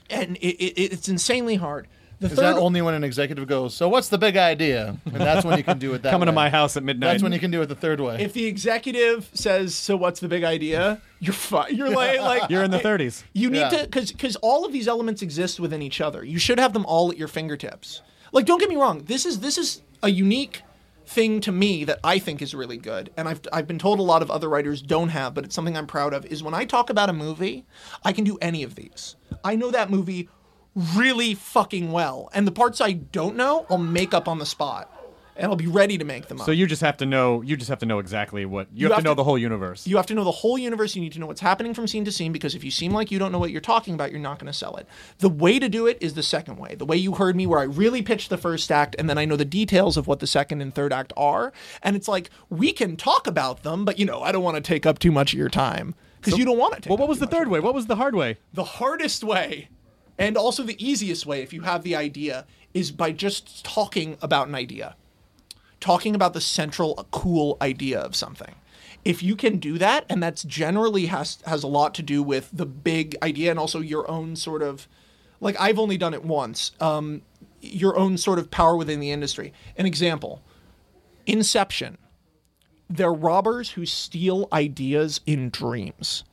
and it, it, it's insanely hard. The Is third, that only when an executive goes, so what's the big idea? And that's when you can do it that Coming to way. my house at midnight. That's when you can do it the third way. if the executive says, "So what's the big idea?" You're fi- You're like, like You're in the it- 30s. You need Yeah. to because because all of these elements exist within each other. You should have them all at your fingertips. Like, don't get me wrong. This is this is a unique thing to me that I think is really good, and I've I've been told a lot of other writers don't have, but it's something I'm proud of. Is when I talk about a movie, I can do any of these. I know that movie really fucking well, and the parts I don't know, I'll make up on the spot. and I'll be ready to make them up. So you just have to know. You just have to know exactly what you, have, to know the whole universe. You have to know the whole universe. You need to know what's happening from scene to scene because if you seem like you don't know what you're talking about, you're not going to sell it. The way to do it is the second way. The way you heard me, where I really pitch the first act and then I know the details of what the second and third act are. And it's like, we can talk about them, but you know, I don't want to take up too much of your time because you don't want to take well, up what was too the much of third way? What was the hard way? the hardest way and also the easiest way if you have the idea is by just talking about an idea talking about the central cool idea of something if you can do that and that's generally has has a lot to do with the big idea and also your own sort of like i've only done it once um, your own sort of power within the industry an example inception they're robbers who steal ideas in dreams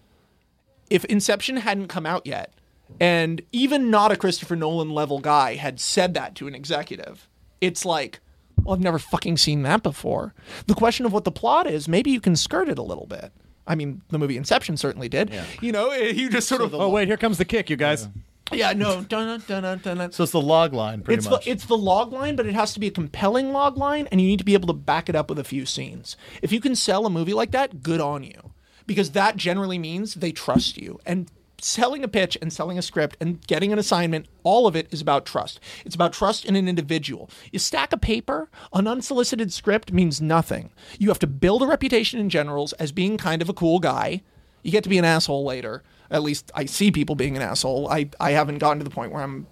if Inception hadn't come out yet, and even not a Christopher Nolan level guy had said that to an executive, it's like, well, I've never fucking seen that before. The question of what the plot is, maybe you can skirt it a little bit. I mean, the movie Inception certainly did. You know, it- you just sort of Oh wait, here comes the kick, you guys. yeah, no, dun dun dun dun. So it's the log line, pretty it's much. The, it's the log line, but it has to be a compelling log line, and you need to be able to back it up with a few scenes. If you can sell a movie like that, good on you, because that generally means they trust you. And selling a pitch and selling a script and getting an assignment, all of it is about trust. It's about trust in an individual. You stack a paper, an unsolicited script means nothing. You have to build a reputation in generals as being kind of a cool guy. You get to be an asshole later. At least I see people being an asshole. I, I haven't gotten to the point where I'm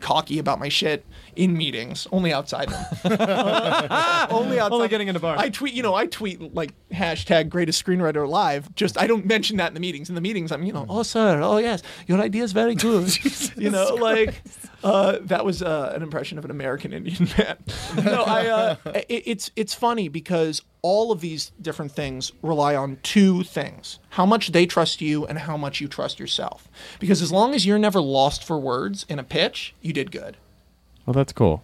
cocky about my shit in meetings, only outside them. only outside. Only getting in a bar. I tweet, you know, I tweet like hashtag greatest screenwriter alive. Just I don't mention that in the meetings. In the meetings, I'm you know, oh sir, oh yes, your idea is very good. you know, like uh, that was uh, an impression of an American Indian man. no, I. Uh, it, it's it's funny because all of these different things rely on two things how much they trust you and how much you trust yourself. Because as long as you're never lost for words in a pitch, you did good. Well, that's cool.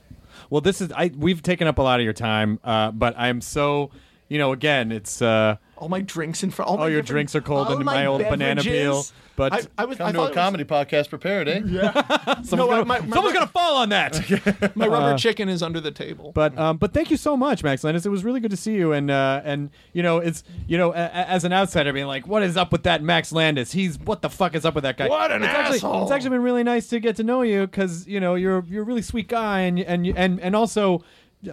Well, this is I. We've taken up a lot of your time, uh, but I'm so you know. Again, it's uh, All my drinks in front. All, Oh, my your different- drinks are cold all and my my old banana peel, beverages. but- I, I was Come I to thought a it comedy podcast prepared, eh? Yeah. Was, no, I- my, my, someone's rub- gonna fall on that. my rubber chicken is under the table. But um, but thank you so much, Max Landis. It was really good to see you. And uh, and you know it's you know a- a- as an outsider being like, what is up with that Max Landis? He's what the fuck is up with that guy? What an it's Actually, asshole. it's actually been really nice to get to know you because you know you're you're a really sweet guy and and and and also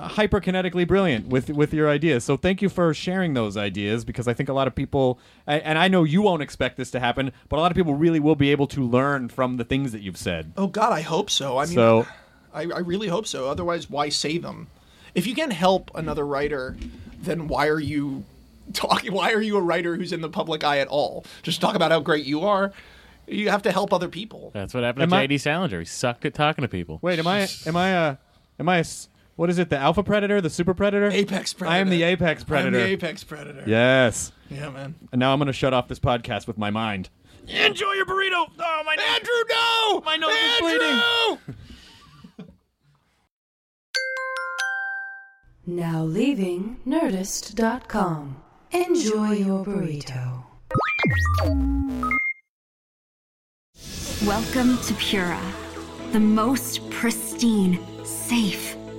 hyperkinetically brilliant with with your ideas. So thank you for sharing those ideas because I think a lot of people and and I know you won't expect this to happen, but a lot of people really will be able to learn from the things that you've said. oh God, I hope so. I mean, So- I, I really hope so. Otherwise, why say them? If you can help another writer, then why are you talking? Why are you a writer who's in the public eye at all? Just talk about how great you are. You have to help other people. That's what happened Am to I- J.D. Salinger. He sucked at talking to people. Wait, am I am I uh am I a s- what is it? The alpha predator, the super predator, Apex predator. I am the apex predator. I'm the apex predator. yes. yeah, man. And now I'm gonna shut off this podcast with my mind. Enjoy your burrito. Oh my Andrew, no! My nose is bleeding. Now leaving Nerdist.com. Enjoy your burrito. Welcome to Pura, the most pristine, safe,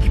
we